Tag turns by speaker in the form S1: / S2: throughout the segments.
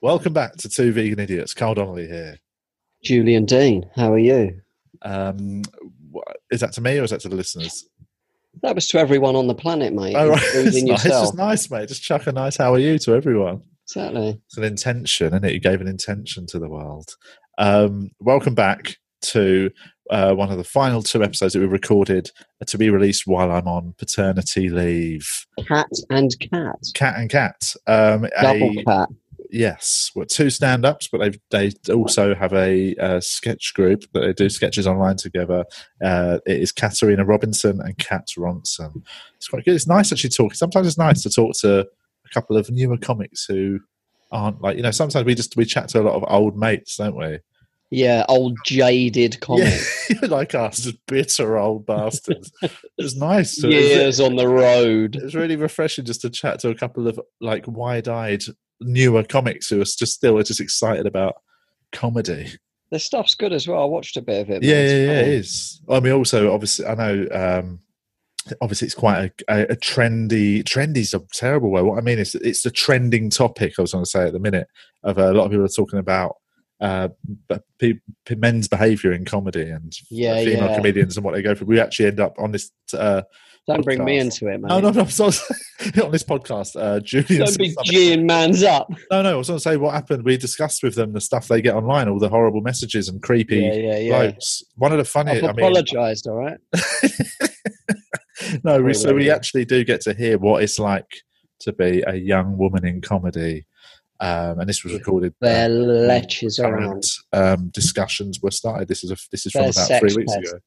S1: Welcome back to Two Vegan Idiots. Carl Donnelly here.
S2: Julian Dean, how are you?
S1: Um, wh- is that to me or is that to the listeners?
S2: That was to everyone on the planet, mate,
S1: Oh, right. It's,
S2: including
S1: nice. it's
S2: yourself.
S1: just nice, mate. Just chuck a nice how are you to everyone.
S2: Exactly.
S1: It's an intention, isn't it? You gave an intention to the world. Um, welcome back to uh, one of the final two episodes that we recorded to be released while I'm on paternity leave.
S2: Cat and cat.
S1: Cat and Cat. Um, a-
S2: Double cat.
S1: Yes, well, two stand-ups, but they they also have a uh, sketch group that they do sketches online together. Uh, it is Katarina Robinson and Kat Ronson. It's quite good. It's nice actually talking. Sometimes it's nice to talk to a couple of newer comics who aren't like you know. Sometimes we just we chat to a lot of old mates, don't we?
S2: Yeah, old jaded comic.
S1: Yeah, like us, just bitter old bastards. it's nice. To,
S2: Years on the road.
S1: it's really refreshing just to chat to a couple of like wide-eyed newer comics who are just still just excited about comedy.
S2: The stuff's good as well. I watched a bit of it.
S1: Yeah,
S2: mate.
S1: yeah, yeah, it
S2: Oh,
S1: is. I mean, also obviously, I know. um Obviously, it's quite a, a, a trendy. Trendy's a terrible word. What I mean is, it's the trending topic. I was going to say at the minute of uh, a lot of people are talking about uh, b- pe- pe- men's behaviour in comedy and
S2: Yeah,
S1: female
S2: yeah.
S1: comedians and what they go through. We actually end up on this. Uh,
S2: Don't bring me
S1: podcast.
S2: into it, mate.
S1: oh no, no, I'm sorry. on this podcast, uh, Julian.
S2: Don't
S1: said
S2: be
S1: something-
S2: geeing man's up.
S1: no, no, I was going to say what happened. We discussed with them the stuff they get online, all the horrible messages and creepy.
S2: Yeah, yeah, yeah.
S1: blokes. One of the funniest.
S2: I've
S1: I mean,
S2: apologised, all right?
S1: no, we,
S2: Sorry,
S1: so we
S2: Lenny.
S1: actually do get to hear what it's like to be a young woman in comedy. Um, and this was recorded. uh,
S2: They're leches around.
S1: current, um, discussions were started. This is a, this is from
S2: They're
S1: about
S2: sex
S1: three weeks
S2: pests.
S1: ago.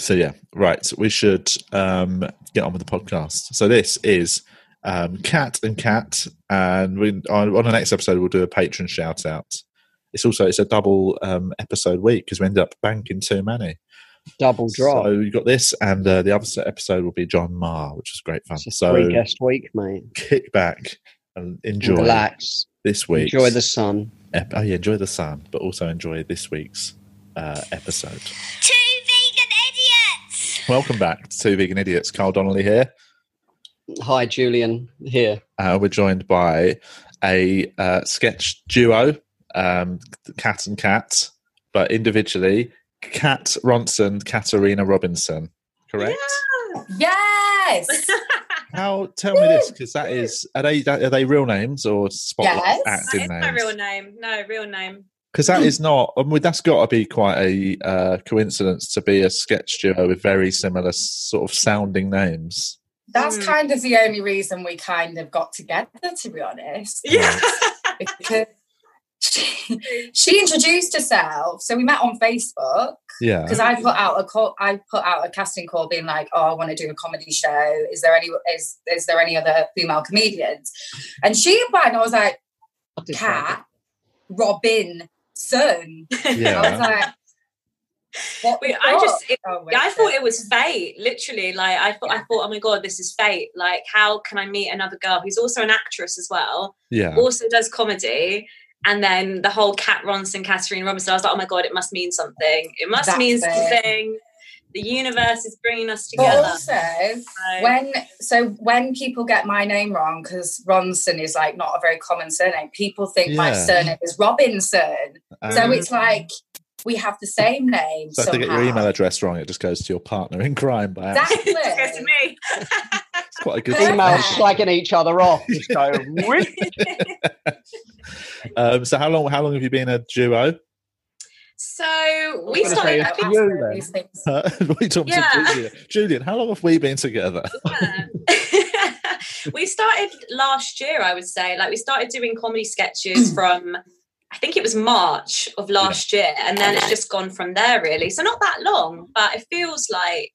S1: So yeah, right. So we should um, get on with the podcast. So this is um, Cat and Cat, and we, on, on the next episode we'll do a patron shout out. It's also it's a double um, episode week because we ended up banking too many.
S2: Double drop.
S1: So you got this, and uh, the other se- episode will be John Marr, which is great fun.
S2: it's a
S1: So
S2: three guest week, mate.
S1: kick back and enjoy
S2: Relax.
S1: this week.
S2: Enjoy the sun.
S1: oh yeah, enjoy the sun, but also enjoy this week's uh, episode.
S3: Two vegan idiots!
S1: Welcome back to Two Vegan Idiots. Carl Donnelly here.
S2: Hi, Julian. Here.
S1: Uh, we're joined by a uh, sketch duo, um, Cat and Cat, but individually, Cat Ronson, Katarina Robinson. Correct.
S4: Yes.
S1: How? Tell me this, because that is are they that, are they real names or spotlight
S4: Yes.
S1: acting
S5: That is
S1: names?
S5: my real name. No, real name.
S1: Because that is not, I mean, that's got to be quite a uh, coincidence to be a sketch duo with very similar sort of sounding names.
S4: That's
S5: Mm.
S4: kind of the only reason we kind of got together, to be honest.
S5: Yeah.
S4: Because she, she introduced herself. So we met on Facebook
S1: Yeah.
S4: because I put out a call I put out a casting call being like, oh, I want to do a comedy show. Is there any is is there any other female comedians? And she applied and I was like,
S2: I did that.
S4: Cat Robin Son. I was
S1: Yeah.
S4: like, what
S5: Wait,
S4: the
S5: I just-
S4: fuck? Oh, wait
S5: Yeah, I
S4: a
S5: thought
S4: sec.
S5: it was fate, literally. Like I thought, I thought, oh my god, this is fate. Like, how can I meet another girl who's also an actress as well,
S1: Yeah.
S5: also does comedy, and then the whole Kat Ronson, Katharine Robinson. I was like, oh my god, it must mean something. It must
S4: That's
S5: mean
S4: it. Oh,
S5: something. The universe is bringing us
S4: But
S5: together.
S4: also,
S5: So-
S4: when so when people get my name wrong because Ronson is like not a very common surname, people think my
S1: Yeah.
S4: surname is Robinson. so
S1: Um,
S4: it's like we have the same name.
S1: so if they get your
S4: somehow.
S1: email address wrong, it just goes to your partner in crime by accident.
S4: Exactly.
S5: Just go to me.
S1: It's quite a good
S4: Email.
S2: Females
S1: suggestion.
S2: slagging each other off. Just go, "Whip."
S1: Um, so how long how long have you been a duo?
S5: So
S2: I
S5: we
S2: was gonna say,
S5: started.
S2: it's
S4: Ask
S2: to
S4: her
S2: you
S4: these things.
S1: Uh, what are you talking to
S5: Yeah.
S1: Julian? Julian, how long have we been together?
S5: we started last year, I would say. Like we started doing comedy sketches
S2: Mm.
S5: from I think it was March of last year, and then it's just gone from there really. So not that long, but it feels like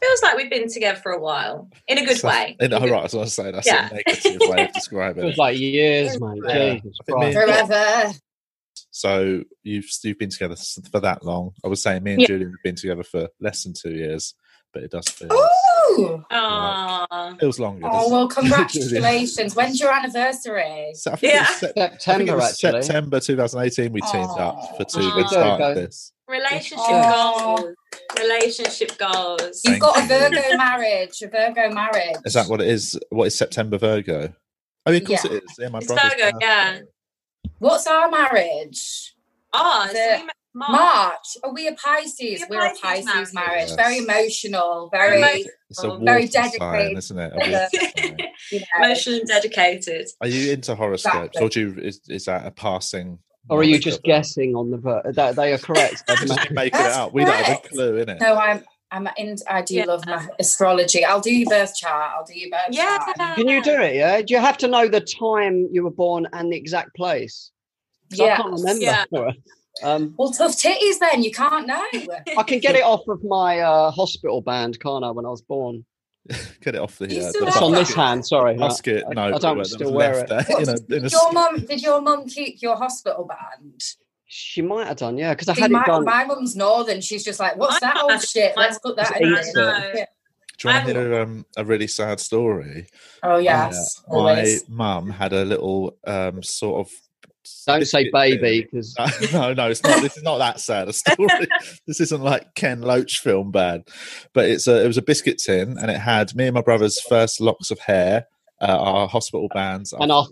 S5: feels like we've been together for a while. In a good
S1: So-
S5: way.
S1: In, oh, right, I was going to say that's
S5: Yeah.
S1: a negative way of describing
S2: It was
S1: it.
S2: like years, mate.
S1: Yeah.
S2: Jesus
S1: I think me and-
S2: Christ.
S4: Forever.
S1: So you've you've been together s- for that long. I was saying me and
S5: Yeah.
S1: Julian have been together for less than two years, but it does feel
S4: Ooh.
S5: Aw.
S1: feels longer.
S4: Oh
S1: doesn't it?
S4: well, congratulations! When's your anniversary?
S1: So I think it was
S5: Yeah.
S1: Sep- I think it
S2: September,
S1: was
S2: actually.
S1: September 2018. We teamed up for two.
S5: Aw.
S1: We started
S2: Okay.
S1: this.
S5: Relationship
S4: Aw.
S5: goals. Relationship goals.
S1: Thank
S4: You've got a
S1: you.
S4: Virgo marriage. A Virgo marriage.
S1: Is that what it is? What is September Virgo? Oh, of course
S4: Yeah.
S1: it is. Yeah, my
S5: It's
S1: brother's
S5: Virgo, yeah.
S1: birthday.
S4: What's our marriage?
S5: Ah, so
S4: The
S5: we met Mark.
S4: March. Are we a Pisces?
S5: We're
S4: We're,
S5: a
S4: a Pisces marriage.
S5: Pisces
S1: marriage.
S4: Very emotional.
S5: Very
S4: Very,
S1: It's a
S5: Very
S1: water sign,
S4: dedicated.
S1: isn't it? A water sign.
S4: you know,
S5: Emotional and dedicated.
S1: Are you into horoscopes,
S4: Exactly.
S1: or do you, is, is that a passing?
S2: Or are you
S1: knowledge
S2: just
S1: of it?
S2: guessing on the ver- that they are correct? I'd
S1: Just
S2: imagine.
S1: making it
S4: That's
S1: up. We don't have a
S4: correct.
S1: clue in it.
S4: No, I'm. I'm in. I do
S5: Yeah.
S4: love my astrology. I'll do your birth chart. I'll do your birth
S5: Yeah.
S4: chart.
S2: Can you do it? Yeah. Do you have to know the time you were born and the exact place? 'Cause I can't remember. Um,
S4: Well, tough titties. Then you can't know.
S2: I can get it off of my uh, hospital band, can't I? When I was born,
S1: Get it off the.
S4: You
S1: Uh,
S4: still
S1: the
S2: it's on
S4: that-
S2: this hand. Sorry, no.
S1: Musket,
S2: Uh, I-
S1: no,
S2: I
S1: that
S2: don't
S1: was
S2: still wear
S1: left
S2: it.
S1: there in a- in a
S4: Your mum? Did your mum keep your hospital band?
S2: She might have done, yeah, because I
S4: See,
S2: had
S4: my,
S2: it done.
S4: my mum's northern. She's just like, what's
S5: My
S4: that old
S5: mum-
S4: shit?
S5: my
S4: Let's put that
S2: mum's
S4: in.
S2: Eastern.
S4: there." Yeah.
S1: Do you want to
S5: I'm-
S1: hear um, a really sad story?
S4: Oh yes,
S1: Uh, my
S4: always.
S1: mum had a little um, sort of.
S2: Don't
S1: biscuit
S2: say
S1: tin.
S2: baby because
S1: No, no, no, it's not. This is not that sad a story. this isn't like Ken Loach film bad, but it's a. It was a biscuit tin, and it had me and my brother's first locks of hair, uh, our hospital bands,
S2: and our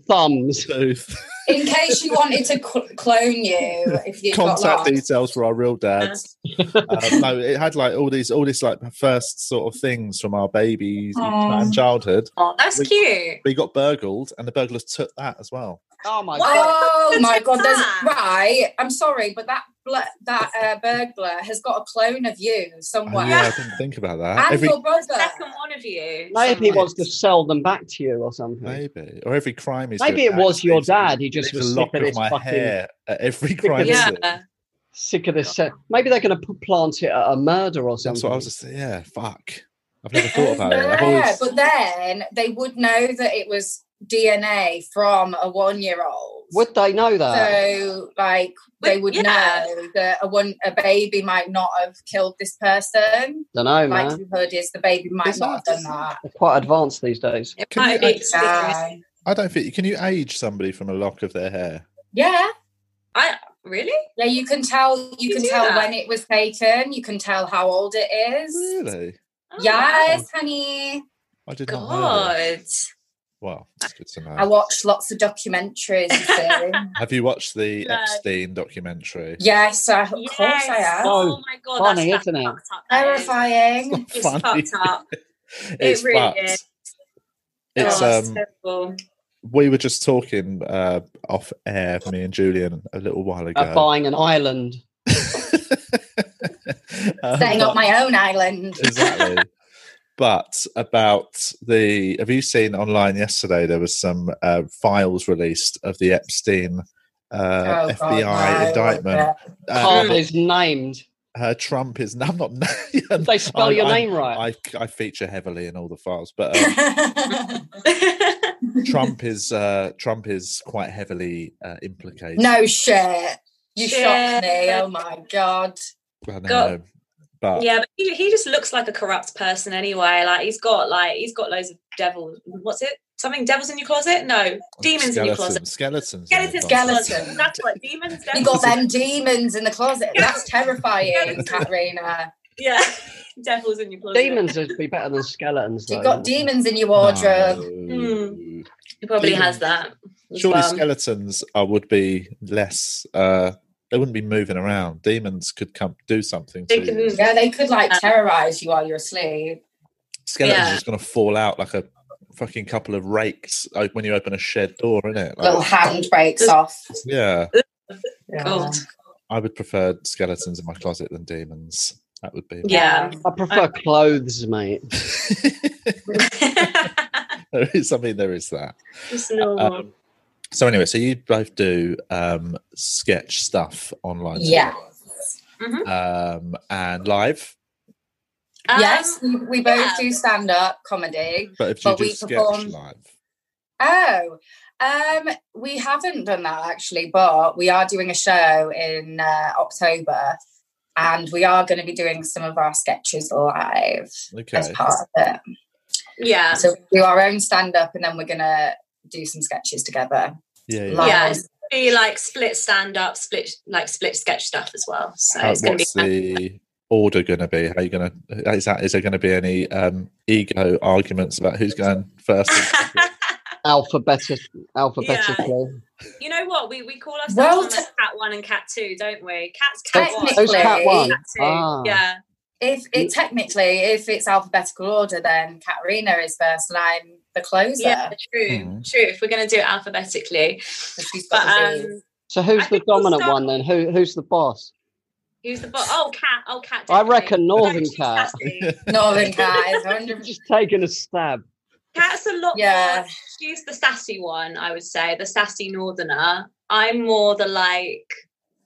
S2: thumbs.
S1: tooth,
S4: In case you wanted to cl- clone you, if you got
S1: contact
S4: lost.
S1: details for our real dads. um, no, it had like all these, all this like first sort of things from our babies
S4: Aw.
S1: and childhood.
S5: Oh, that's
S1: We-
S5: cute.
S1: We got burgled, and the burglars took that as well.
S2: Oh my
S5: Wow.
S2: god!
S4: Oh
S5: What's
S4: my
S5: with
S4: god! There's,
S5: that?
S4: right, I'm sorry, but that bl- that uh, burglar has got a clone of you
S1: Oh,
S4: somewhere,
S1: yeah, I didn't think about that.
S4: and
S1: Every
S4: your brother.
S5: Second one of you.
S2: Maybe he
S5: someone.
S2: wants to sell them back to you or something.
S1: maybe or every crime is.
S2: Maybe
S1: doing
S2: it was
S1: actually,
S2: your
S1: so
S2: dad, he just
S1: leaves
S2: was
S1: a
S2: sick
S1: lock
S2: of
S1: of
S2: his
S1: my
S2: fucking-
S1: hair at every crime.
S2: Yeah.
S1: scene.
S5: Yeah.
S2: Sick of this. set. Maybe they're going to plant it at a murder or something.
S1: That's what I was just saying. Yeah, fuck. I've never thought about it. I've
S4: Yeah,
S1: always.
S4: but then they would know that it was DNA from a one-year-old.
S2: Would they know that?
S4: so like they would
S5: Yeah.
S4: know that a one a baby might not have killed this person.
S2: Don't know, man.
S4: Likelihood is the baby might
S1: It's
S4: not
S1: not-
S4: have done that.
S2: They're quite advanced these days.
S5: It
S1: Can
S5: might
S1: you-
S5: be-
S4: Yeah.
S1: I don't think. Can you age somebody from a lock of their hair?
S4: yeah,
S5: I really?
S4: yeah. You can tell. You,
S5: You
S4: can
S5: do
S4: tell
S5: that?
S4: when it was taken. You can tell how old it is.
S1: Really?
S5: Oh,
S4: Yes, honey.
S1: I did not know. that.
S5: God.
S1: Well, it's good to know.
S4: I watch lots of documentaries. you see.
S1: Have you watched the
S5: No.
S1: Epstein documentary?
S4: yes, I, of
S5: Yes.
S4: course I have.
S2: Oh,
S5: Oh my god,
S2: funny,
S5: that's
S2: isn't it?
S5: fucked up, that is.
S4: Terrifying.
S5: It's
S1: Funny.
S5: fucked up.
S1: It's
S5: it really
S1: fucked.
S5: is.
S1: It's
S5: Oh, that's
S1: um.
S5: terrible.
S1: We were just talking uh, off air, me and Julian, a little while ago.
S2: At buying an island.
S1: Um,
S4: Setting up my own island.
S1: exactly. but about the have you seen online yesterday? There was some uh, files released of the Epstein uh,
S4: Oh, God,
S1: FBI
S4: no.
S1: indictment.
S2: Carl
S1: Uh,
S2: is named.
S1: uh, Trump is. I'm not.
S2: Did they spell
S1: I-
S2: your
S1: I-
S2: name right?
S1: I, I feature heavily in all the files, but um, Trump is uh, Trump is quite heavily uh, implicated.
S4: no shit. You
S5: Shit.
S4: shocked me. Oh my god.
S1: I know,
S5: God.
S1: but
S5: yeah, but he, he just looks like a corrupt person anyway. Like he's got like he's got loads of devils. What's it? Something devils in your closet? No, demons in your closet.
S1: Skeletons.
S5: Skeletons. in your
S4: Skeletons.
S5: closet. That's what demons.
S4: You
S5: devils.
S4: got them demons in the closet. That's terrifying, Katarina.
S5: yeah, devils in your closet.
S2: Demons would be better than skeletons. Though,
S4: You've got
S2: wouldn't it?
S4: demons in your wardrobe.
S1: No.
S5: He probably
S1: Demons.
S5: has that. as
S1: Surely
S5: well.
S1: skeletons uh, would be less. Uh, they wouldn't be moving around. Demons could come do something.
S5: They
S1: to
S5: can-
S1: you.
S4: Yeah, they could like terrorize you while you're asleep.
S1: Skeletons
S5: yeah.
S1: are just going to fall out like a fucking couple of rakes like when you open a shed door, innit? Like,
S4: Little hand breaks off.
S1: yeah,
S5: God.
S1: I would prefer skeletons in my closet than demons. That would be.
S5: Yeah.
S2: I prefer clothes, mate.
S1: there is. I mean, there is that.
S5: Just normal.
S1: Um, so anyway, so you both do um, sketch stuff online.
S4: Yeah.
S1: together. Um, and live,
S5: Um,
S4: yes, we, we both
S5: yeah.
S4: do stand up comedy.
S1: but if you
S4: But
S1: do
S4: we
S1: sketch
S4: perform-
S1: live,
S4: Oh, um, we haven't done that actually, but we are doing a show in uh, October, and we are going to be doing some of our sketches live as
S1: okay.
S4: part of it.
S5: yeah.
S4: So we do our own stand up, and then we're going to do some sketches together.
S1: Yeah, yeah.
S4: live.
S5: Yeah, it's be like split stand up, split like split sketch stuff as well. So
S1: How,
S5: it's gonna be
S1: Uh, what's the order going to be? How are you going to? Is that? Is there going to be any um, ego arguments about who's going first?
S2: alphabetic, alphabetically.
S5: You know what? We we call ourselves
S4: Well,
S5: known as
S4: t-
S5: cat one and cat two, don't we? Cat's cat one.
S4: Technically- Who's cat
S2: one?
S5: Cat two.
S2: Ah.
S5: Yeah.
S4: If it technically, if it's alphabetical order, then Katarina is first, and I'm the closer.
S5: Yeah, true.
S1: Hmm.
S5: True. If we're gonna do it alphabetically.
S4: 'cause she's
S5: But
S4: got the
S5: um
S4: B's.
S2: So who's
S5: I
S2: the
S5: think we'll
S2: dominant
S5: start-
S2: one then? Who who's the boss?
S5: who's the bo- oh cat, oh cat
S2: I
S5: definitely.
S2: reckon Northern
S5: She's
S2: Cat.
S5: sassy.
S4: Northern Cat is
S2: You've
S4: 100.
S2: just taken a stab.
S5: Cat's a lot
S4: Yeah.
S5: more. She's the sassy one, I would say, the sassy northerner. I'm more the like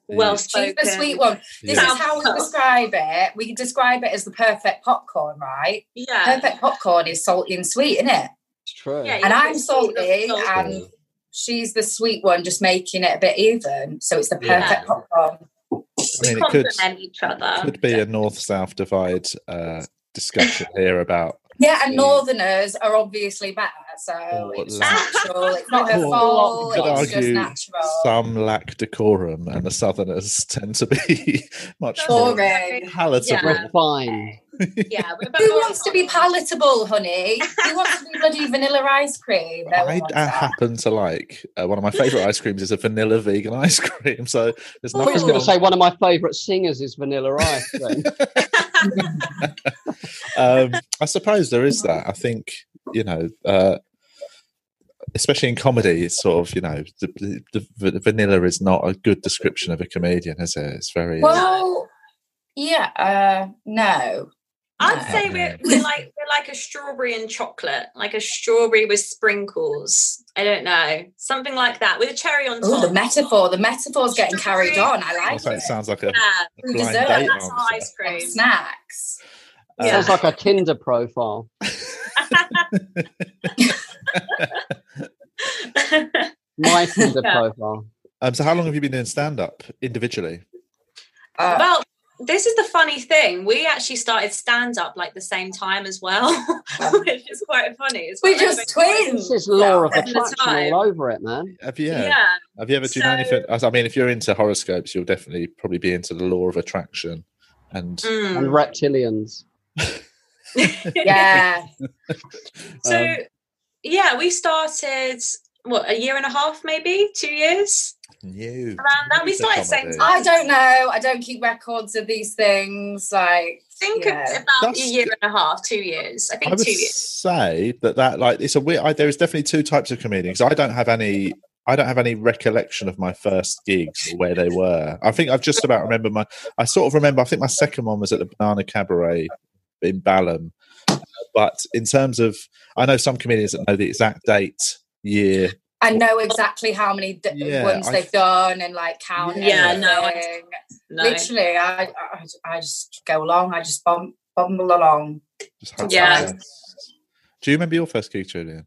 S1: Yeah.
S5: well
S4: She's
S5: spoken.
S4: the sweet one. This
S5: Yeah.
S4: is how we describe it. We describe it as the perfect popcorn, right?
S5: Yeah.
S4: Perfect popcorn is salty and sweet, isn't it?
S2: It's true.
S5: Yeah,
S4: And
S5: you're
S4: I'm
S5: the sweet,
S4: salty,
S5: that's
S4: and she's the sweet one, just making it a bit even. So it's the
S1: Yeah.
S4: perfect popcorn.
S1: I mean,
S5: we
S1: it could,
S5: complement each other.
S1: could be a north south divide uh, discussion here about
S4: Yeah, and
S1: Mm.
S4: Northerners are obviously better. So
S1: Oh,
S4: it's
S1: loud.
S4: natural. It's not her
S1: Oh,
S4: fault.
S1: you could
S4: It's just
S1: argue
S4: natural.
S1: some lack decorum, and the southerners tend to be much more
S4: Boring.
S1: palatable.
S5: Yeah.
S2: Refined.
S5: Yeah, we're both
S4: Who
S5: more
S4: wants to be
S5: honest.
S4: palatable, honey? Who wants to be bloody vanilla ice cream? No one
S1: I,
S4: wants
S1: I
S4: that.
S1: happen to like uh, one of my favorite ice creams is a vanilla vegan ice cream. So there's
S5: Oh.
S2: I was
S1: nothing.
S2: going to
S1: wrong.
S2: say one of my favourite singers is Vanilla Ice. Then.
S1: Um, I suppose there is that. I think you know, uh, especially in comedy, it's sort of you know, the, the, the vanilla is not a good description of a comedian, is it? It's very. uh,
S4: Well, yeah, uh, no.
S5: I'd
S4: No.
S5: say we're, we're like we're like a strawberry and chocolate, like a strawberry with sprinkles. I don't know, something like that with a cherry on top.
S4: Ooh, the metaphor. The metaphor's getting carried on. I
S1: I
S4: like
S1: think it
S4: it.
S1: sounds like a
S5: Yeah,
S1: blind
S4: Dessert,
S1: date
S5: yeah, that's
S1: answer.
S5: our ice cream.
S4: Snacks.
S1: Uh,
S5: Yeah.
S2: Sounds like a Tinder profile. My Tinder
S5: Yeah.
S2: profile.
S1: um, so, how long have you been doing stand up individually?
S4: Uh,
S5: well, this is the funny thing. We actually started stand up like the same time as well, which is quite funny. It's
S4: We're
S5: quite
S4: Oh. just
S5: amazing.
S4: twins.
S2: This is law of
S4: Yeah.
S5: At the
S2: attraction
S5: time.
S2: all over it, man.
S1: Have you?
S5: Yeah.
S1: Have you ever do you know
S5: So-
S1: anything? I mean, if you're into horoscopes, you'll definitely probably be into the law of attraction. And
S5: Mm.
S2: And reptilians.
S4: Yeah.
S5: So,
S1: Um,
S5: yeah, we started what a year and a half, maybe two years
S1: new
S5: around that. We
S1: It's a
S5: started saying,
S1: comedy.
S5: I
S4: I don't know. I don't keep records of these things. Like,
S5: think
S4: Yeah.
S5: about
S1: That's-
S5: a year and a half, two years. I think
S1: I would
S5: two years.
S1: say that that like it's a weird. I, there is definitely two types of comedians. I don't have any. I don't have any recollection of my first gigs or where they were. I think I've just about remember my. I sort of remember. I think my second one was at the Banana Cabaret in Balham. But in terms of, I know some comedians that know the exact date, year.
S4: I know exactly how many d-
S1: Yeah,
S4: ones
S1: I-
S4: they've done and like count.
S5: Yeah,
S4: everything.
S5: no, I- No.
S4: Literally, I, I I just go along. I just bum, bumble along.
S1: Just had
S5: Yeah.
S1: some- Do you remember your first gig, Julian?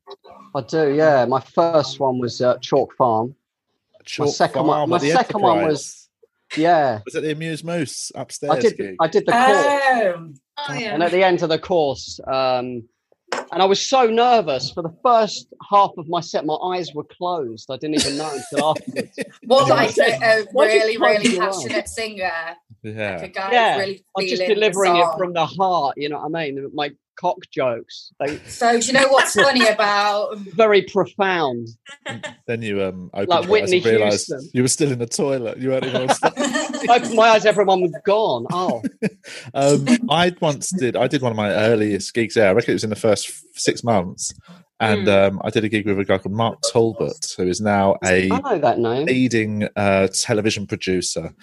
S2: I do, yeah. My first one was uh, Chalk Farm.
S1: Chalk
S2: second one-
S1: Farm
S2: my
S1: at the
S2: second one was-
S1: Enterprise.
S2: Yeah.
S1: was at the Amuse Moose upstairs.
S2: I did,
S1: gig.
S2: I did the course.
S4: Oh,
S5: Oh,
S2: and
S5: Ah, yeah.
S2: at the end of the course um and i was so nervous for the first half of my set my eyes were closed i didn't even know until afterwards
S4: what
S1: Yeah.
S4: like a, a
S2: Why do you
S4: really,
S2: bumble
S4: really
S2: along?
S4: passionate singer.
S1: yeah.
S4: The guy
S2: Yeah,
S4: really
S2: i'm just
S4: feeling the
S2: delivering it
S4: song.
S2: from the heart you know what i mean my cock jokes they
S4: So do you know what's funny about?
S2: very profound
S1: Then you um opened
S2: Like
S1: your eyes and
S2: Whitney
S1: realised
S2: Houston.
S1: you were still in the toilet. You weren't even on stage.
S2: I opened my eyes everyone was gone oh
S1: um, I once did. I did one of my earliest gigs there. I reckon it was in the first f- six months, and
S2: Hmm.
S1: um, I did a gig with a guy called Mark Talbot, who is now a
S2: i know that name
S1: leading uh, television producer,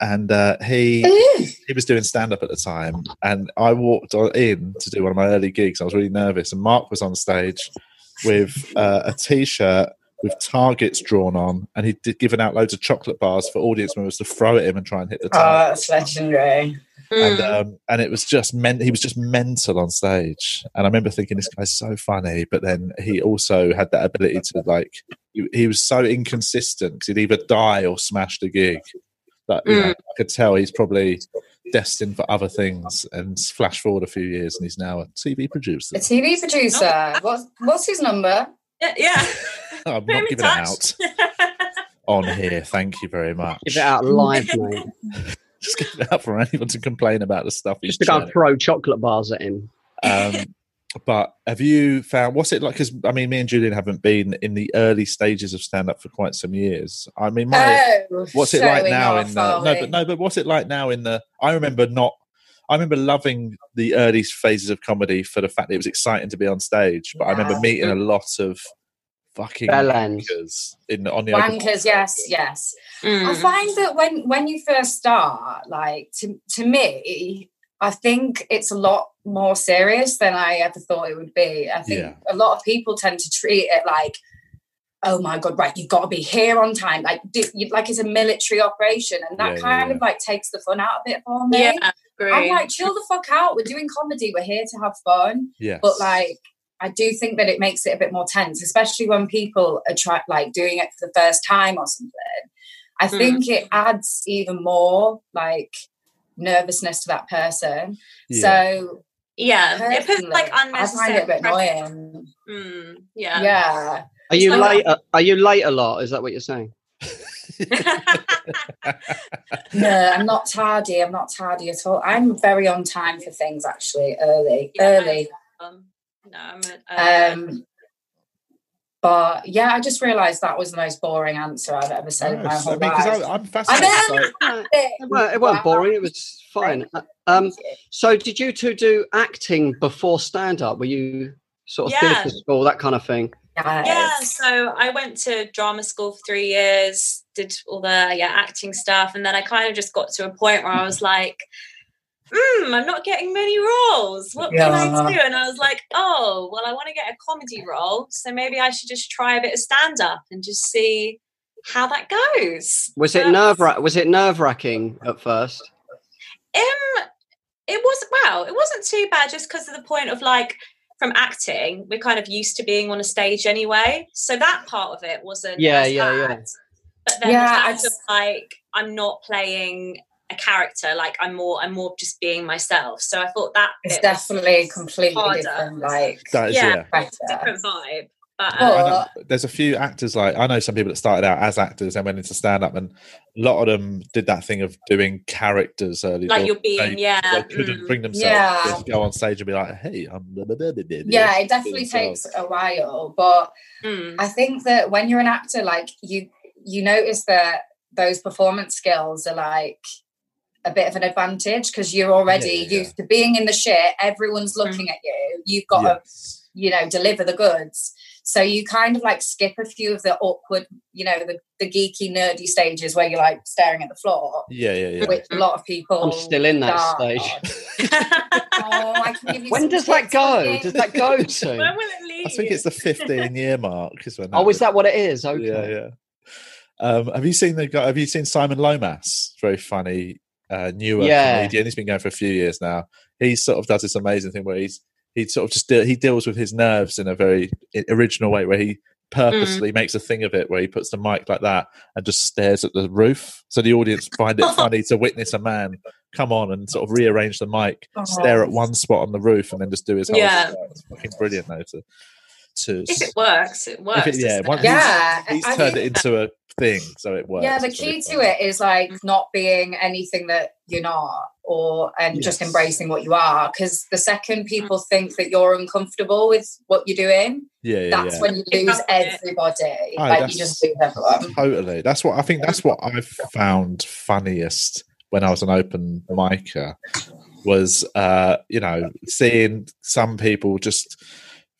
S1: and uh, he
S4: Ooh.
S1: he was doing stand up at the time, and I walked on in to do one of my early gigs. I was really nervous, and Mark was on stage with uh, a t shirt with targets drawn on, and he'd d- given out loads of chocolate bars for audience members to throw at him and try and hit the target.
S4: Oh, that's legendary.
S5: Mm.
S1: and um, and it was just meant he was just mental on stage, and I remember thinking this guy's so funny, but then he also had that ability to like he, he was so inconsistent 'cause he'd either die or smash the gig. That
S2: Mm.
S1: you know, I could tell he's probably destined for other things. And flash forward a few years, and he's now a TV producer.
S4: A TV producer. What's what's his number?
S5: Yeah, yeah.
S1: I'm
S5: Put him
S1: not
S5: in
S1: giving it out on here. Thank you very much.
S2: give it out live mate
S1: Just give it out for anyone to complain about the stuff he's
S2: just to go
S1: doing.
S2: and throw chocolate bars at him
S1: um, but have you found what's it like? Because I mean, me and Julian haven't been in the early stages of stand up for quite some years. I mean, my
S4: oh,
S1: what's it like
S4: showing
S1: now
S4: off,
S1: in the,
S4: are
S1: no
S4: we?
S1: but no but what's it like now in the i remember not i remember loving the early phases of comedy for the fact that it was exciting to be on stage but i remember
S4: Yeah.
S1: meeting a lot of fucking
S2: Bellends.
S1: wankers in on the open-
S4: Wankers, yes, yes.
S1: Mm-hmm.
S4: I
S5: Mm.
S4: find that when when you first start, like to to me, I think it's a lot more serious than I ever thought it would be. I think
S1: Yeah.
S4: a lot of people tend to treat it like, oh my god, right, you've got to be here on time, like do, you, like it's a military operation, and that
S1: Yeah, yeah,
S4: kind
S1: yeah.
S4: of like takes the fun out of it for me.
S5: Yeah, agree.
S4: I'm like, chill the fuck out. We're doing comedy. We're here to have fun
S1: yes.
S4: but like I do think that it makes it a bit more tense, especially when people are try- like doing it for the first time or something. I
S1: Hmm.
S5: Mm.
S4: think it adds even more like nervousness to that person.
S1: Yeah.
S4: So
S5: yeah, Um, it puts
S4: personally,
S5: like
S4: I find
S5: unnecessary.
S4: it a bit
S5: pressure.
S4: annoying.
S5: Mm,
S4: Yeah.
S5: yeah.
S2: Are you
S5: So-
S2: late? uh, Are you late a lot? Is that what you're saying?
S4: No, I'm not tardy. I'm not tardy at all. I'm very on time for things actually, early.
S5: Yeah.
S4: Early.
S5: Um, no, I'm a, um,
S4: Um but yeah, I just realised that was the most boring answer I've ever said in my
S1: Gross. I
S4: whole
S1: mean, 'cause
S4: life.
S1: I, am fascinated.
S4: I
S1: It's like,
S2: No, it weren't, it weren't
S4: Wow.
S2: boring. It was fine. Uh, Um, so, did you two do acting before stand up? Were you sort of
S5: Yeah.
S2: theatre school, that kind of thing?
S4: Guys.
S5: yeah, so I went to drama school for three years, did all the yeah acting stuff, and then I kind of just got to a point where I was like, "Hmm, I'm not getting many roles. What can I do?" And I was like, "Oh, well, I want to get a comedy role, so maybe I should just try a bit of stand up and just see how that goes."
S2: Was it
S5: Um,
S2: nerve was it nerve wracking at first?
S5: Um, it was well, it wasn't too bad just because of the point of like from acting, we're kind of used to being on a stage anyway, so that part of it wasn't.
S2: Yeah,
S5: as
S2: yeah,
S5: bad.
S2: yeah.
S5: But then
S4: Yeah,
S5: yeah,
S4: I
S5: of
S4: just-
S5: like I'm not playing a character, like I'm more, I'm more just being myself. So I thought that
S4: It's
S5: bit was
S4: definitely completely
S5: harder.
S4: different, like
S1: that is,
S5: Yeah.
S1: yeah.
S4: better.
S5: different vibe. But um,
S1: I
S4: Well-
S1: know- there's a few actors like I know some people that started out as actors and went into stand up, and a lot of them did that thing of doing characters early.
S5: like
S1: doors.
S5: you're
S1: They-
S5: being, yeah,
S1: they couldn't
S5: mm.
S1: bring themselves
S4: Yeah.
S1: to just go on stage and be like, "Hey, I'm." Blah, blah, blah, blah, blah,
S4: Yeah, it definitely
S1: Doing
S4: takes
S1: well.
S4: a while, but
S5: Mm.
S4: I think that when you're an actor, like you, you notice that those performance skills are like a bit of an advantage because you're already
S1: Yeah, yeah, yeah.
S4: used to being in the shit. Everyone's
S5: Mm.
S4: looking at you. You've got to,
S1: Yes.
S4: you know, deliver the goods. So you kind of like skip a few of the awkward, you know, the, the geeky, nerdy stages where you're like staring at the floor,
S1: Yeah, yeah, yeah.
S4: which a lot of people.
S2: I'm still in that
S4: start
S2: stage.
S4: on. Oh, I can give you
S2: When
S4: some
S2: does that
S4: tips,
S2: go?
S4: okay?
S2: Does that go
S5: when
S2: to?
S5: will it leave?
S1: I think it's the 15 year mark. Is when
S2: Oh, is
S1: was-
S2: that what it is? Okay.
S1: Yeah, yeah. Um, have you seen the guy? Have you seen Simon Lomas? Very funny, uh, newer
S2: Yeah.
S1: comedian. He's been going for a few years now. He sort of does this amazing thing where he's he sort of just de- he deals with his nerves in a very i- original way, where he
S2: Mm.
S1: purposely makes a thing of it, where he puts the mic like that and just stares at the roof, so the audience find it funny to witness a man come on and sort of rearrange the mic, stare at one spot on the roof, and then just do his whole.
S5: Yeah.
S1: set. It's fucking brilliant though. To, to
S5: if it works, it works.
S1: yeah,
S5: doesn't
S1: once
S5: it?
S1: you-
S4: Yeah,
S1: he's
S4: I
S1: turned
S4: think-
S1: it into a thing, so it works.
S4: yeah, the
S1: It's really
S4: key to
S1: fun.
S4: it is like
S5: Mhm.
S4: not being anything that you're not, or and just
S1: Yes.
S4: embracing what you are. Because the second people think that you're uncomfortable with what you're doing,
S1: Yeah, yeah,
S4: that's
S1: yeah.
S4: when you
S5: Pick
S4: lose
S5: up on it.
S4: everybody.
S1: Oh,
S4: like
S1: that's-
S4: you just lose everyone.
S1: totally. That's what I think. That's what I've found funniest when I was an open micer was, uh, you know, seeing some people just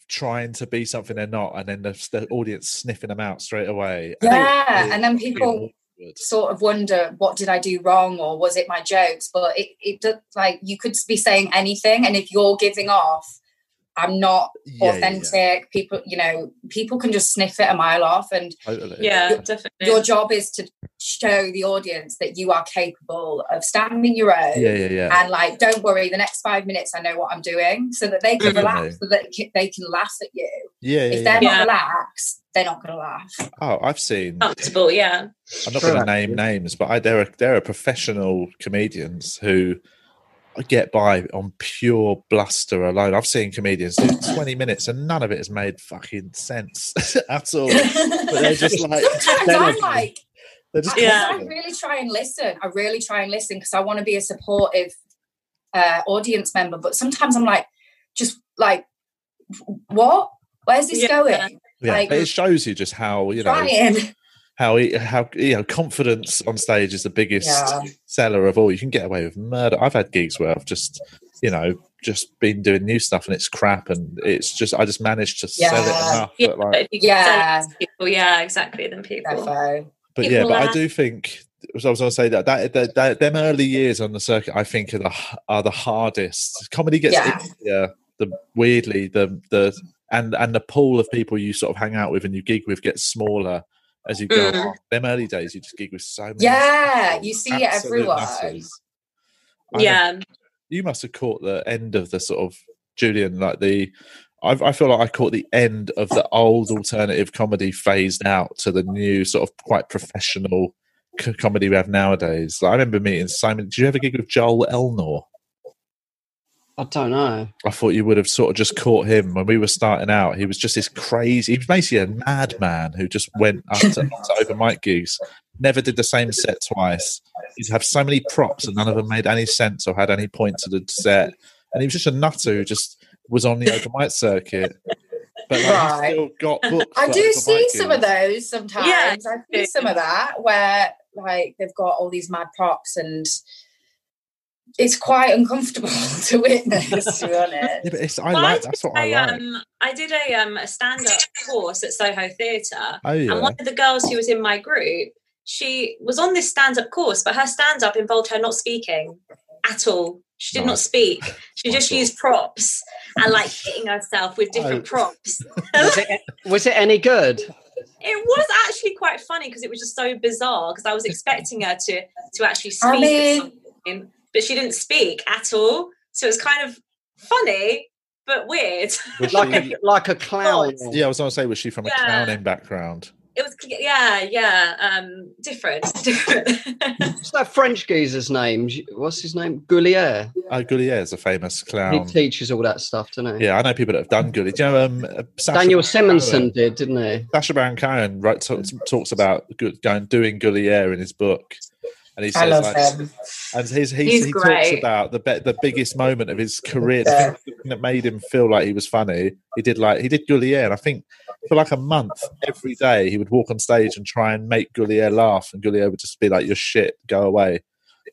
S1: trying to be something they're not, and then the, the audience sniffing them out straight away. And
S4: Yeah,
S1: it's
S4: and then
S1: really
S4: people
S1: awkward.
S4: sort of wonder what did I do wrong or was it my jokes? But it it does like you could be saying anything, and if you're giving off, I'm not
S1: Yeah, yeah,
S4: authentic. People, you know, people can just sniff it a mile off, and
S1: yeah, totally.
S5: yeah,
S4: Your-
S5: definitely.
S4: your job is to show the audience that you are capable of standing your own
S1: yeah, yeah, yeah.
S4: and like don't worry the next five minutes i know what i'm doing so that they
S5: Mm-hmm.
S4: can
S1: Definitely.
S4: relax so that ca- they can laugh at you
S1: yeah, yeah,
S4: if they're
S1: yeah.
S5: Yeah.
S4: not relaxed they're not going to laugh
S1: Oh, I've seen.
S5: comfortable, yeah.
S1: I'm not
S2: Sure.
S1: going to name names, but I, there are there are professional comedians who get by on pure bluster alone. I've seen comedians do 20 minutes and none of it has made fucking sense at all. But they're just like,
S4: sometimes
S1: they're
S4: i'm
S1: like-
S4: like
S1: they're just
S4: I-
S5: Yeah.
S4: I really try and listen. I really try and listen because I want to be a supportive uh, audience member. But sometimes I'm like, just like what? Where's this
S5: Yeah.
S4: going?
S1: Yeah,
S4: Like-
S1: but it shows you just how you know
S4: Trying.
S1: how he- how you know confidence on stage is the biggest
S4: Yeah.
S1: seller of all. You can get away with murder. I've had gigs where I've just you know just been doing new stuff and it's crap, and it's just I just managed to sell it
S4: Yeah.
S1: enough.
S5: Yeah,
S1: But like,
S5: but if you can
S4: Yeah.
S5: sell it to people, yeah, exactly. Then people.
S4: Defo.
S1: but
S5: People
S1: yeah, but I
S5: laugh.
S1: do think as I was going to say that that, that that them early years on the circuit, I think are the h- are the hardest. Comedy gets
S4: Yeah.
S1: easier. The weirdly the the and and the pool of people you sort of hang out with and you gig with gets smaller as you go.
S5: Mm.
S1: on. Them early days, you just gig with so many.
S4: Yeah,
S1: people,
S4: you see
S1: absolute
S4: everyone.
S1: masses. I know
S5: Yeah,
S1: you must have caught the end of the sort of Julian, like the. I, I feel like I caught the end of the old alternative comedy phased out to the new sort of quite professional c- comedy we have nowadays. Like, I remember meeting Simon. Did you ever gig with Joel Elnor?
S2: I don't know.
S1: I thought you would have sort of just caught him when we were starting out. He was just this crazy. He was basically a madman who just went up to, to open mic gigs, never did the same set twice. He'd have so many props, and none of them made any sense or had any point to the set. And he was just a nutter who just was on the open mic circuit. But like,
S4: Right.
S1: he still got booked.
S4: I
S1: for
S4: do
S1: open
S4: see
S1: mic
S4: some of
S1: gigs.
S4: those sometimes. I
S5: Yeah, do.
S4: see some of that where like they've got all these mad props and it's quite uncomfortable to witness, to be honest.
S1: Yeah, but it's, I
S5: Well,
S1: like
S5: did
S1: that's what I
S5: I,
S1: like.
S5: um, I did a um a stand up course at Soho Theatre,
S1: Oh yeah,
S5: and one of the girls who was in my group, she was on this stand up course, but her stand up involved her not speaking at all. She did not
S1: Nice.
S5: speak. She
S1: Nice
S5: just
S1: one.
S5: used props and like hitting herself with different
S1: Oh.
S5: props.
S2: Was it, was it any good?
S5: It was actually quite funny because it was just so bizarre because I was expecting her to to actually speak,
S4: I
S5: at
S4: mean-
S5: something, but she didn't speak at all. So it was kind of funny but weird.
S1: Was she-
S2: Like a, like a clown?
S1: yeah. I was going to say, was she from a
S5: Yeah.
S1: clowning background?
S5: It was yeah, yeah, um different, different.
S2: What's that French geezer's name? What's his name? Goulier.
S1: Oh, Goulier is a famous
S2: He
S1: clown.
S2: teaches all that stuff, doesn't he?
S1: Yeah, I know people that have done good. Do you know, um, uh, Sasha
S2: Daniel
S1: Baron
S2: Simonson
S1: Cohen-
S2: Mm. did, didn't he?
S1: Sasha Baron Cohen right, talks, talks about good, going doing Gullier in his book, and he
S4: I
S1: says,
S4: love
S1: like,
S4: them.
S1: and he's, he's,
S5: He's
S1: he
S5: great.
S1: talks about the be- the biggest moment of his career, the
S4: Yeah.
S1: thing that made him feel like he was funny. He did like he did Gullier, and I think for like a month every day he would walk on stage and try and make Gullier laugh, and Gullier would just be like, "Your shit, go away."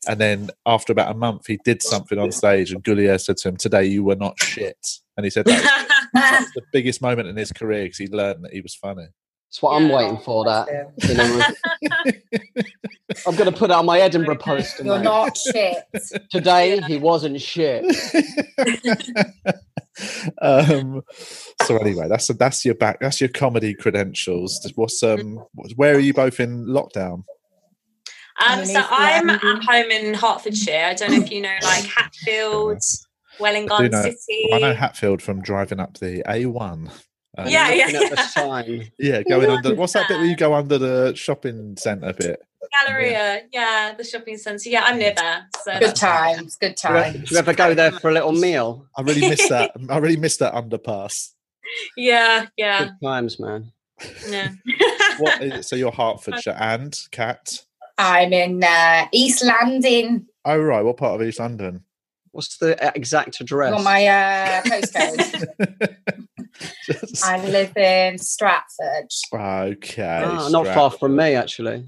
S1: And then after about a month, he did something on stage, and Gullier said to him, "Today you were not shit," and he said that that's the biggest moment in his career because he learned that he was funny.
S2: That's what I'm
S5: Yeah.
S2: waiting for. That you know, I'm going to put out my Edinburgh post
S4: You're
S2: tonight.
S4: not shit.
S2: today. He wasn't shit.
S1: um, so anyway, that's that's your back. That's your comedy credentials. What's um? what's- Where are you both in lockdown?
S5: um so I'm at
S4: Amazing. Mm-hmm.
S5: home in Hertfordshire. I don't know if you know like Hatfield, Welling
S1: I do
S5: Garden
S1: know- Oh,
S5: City.
S1: I know Hatfield from driving up the A1. Um,
S5: Yeah, yeah,
S2: Looking at the
S5: yeah.
S2: sign.
S1: yeah. Going under. What's that bit where you go under the shopping centre bit?
S5: Galleria, yeah, the shopping centre. Yeah, I'm near there. So
S4: Good times, good
S2: Do you,
S4: times.
S2: do you ever go there for a little meal?
S1: I really miss that. I really miss that underpass.
S5: yeah, yeah,
S2: Good times, man.
S5: yeah.
S1: What is it? So you're Hertfordshire and Cat.
S4: I'm in uh, East Landing.
S1: Oh right, what part of East London?
S2: What's the uh, exact address?
S4: Got my uh, postcode.
S1: Just-
S4: I live in Stratford.
S1: Okay.
S2: Ah, not
S1: Strat-
S2: far from me, actually.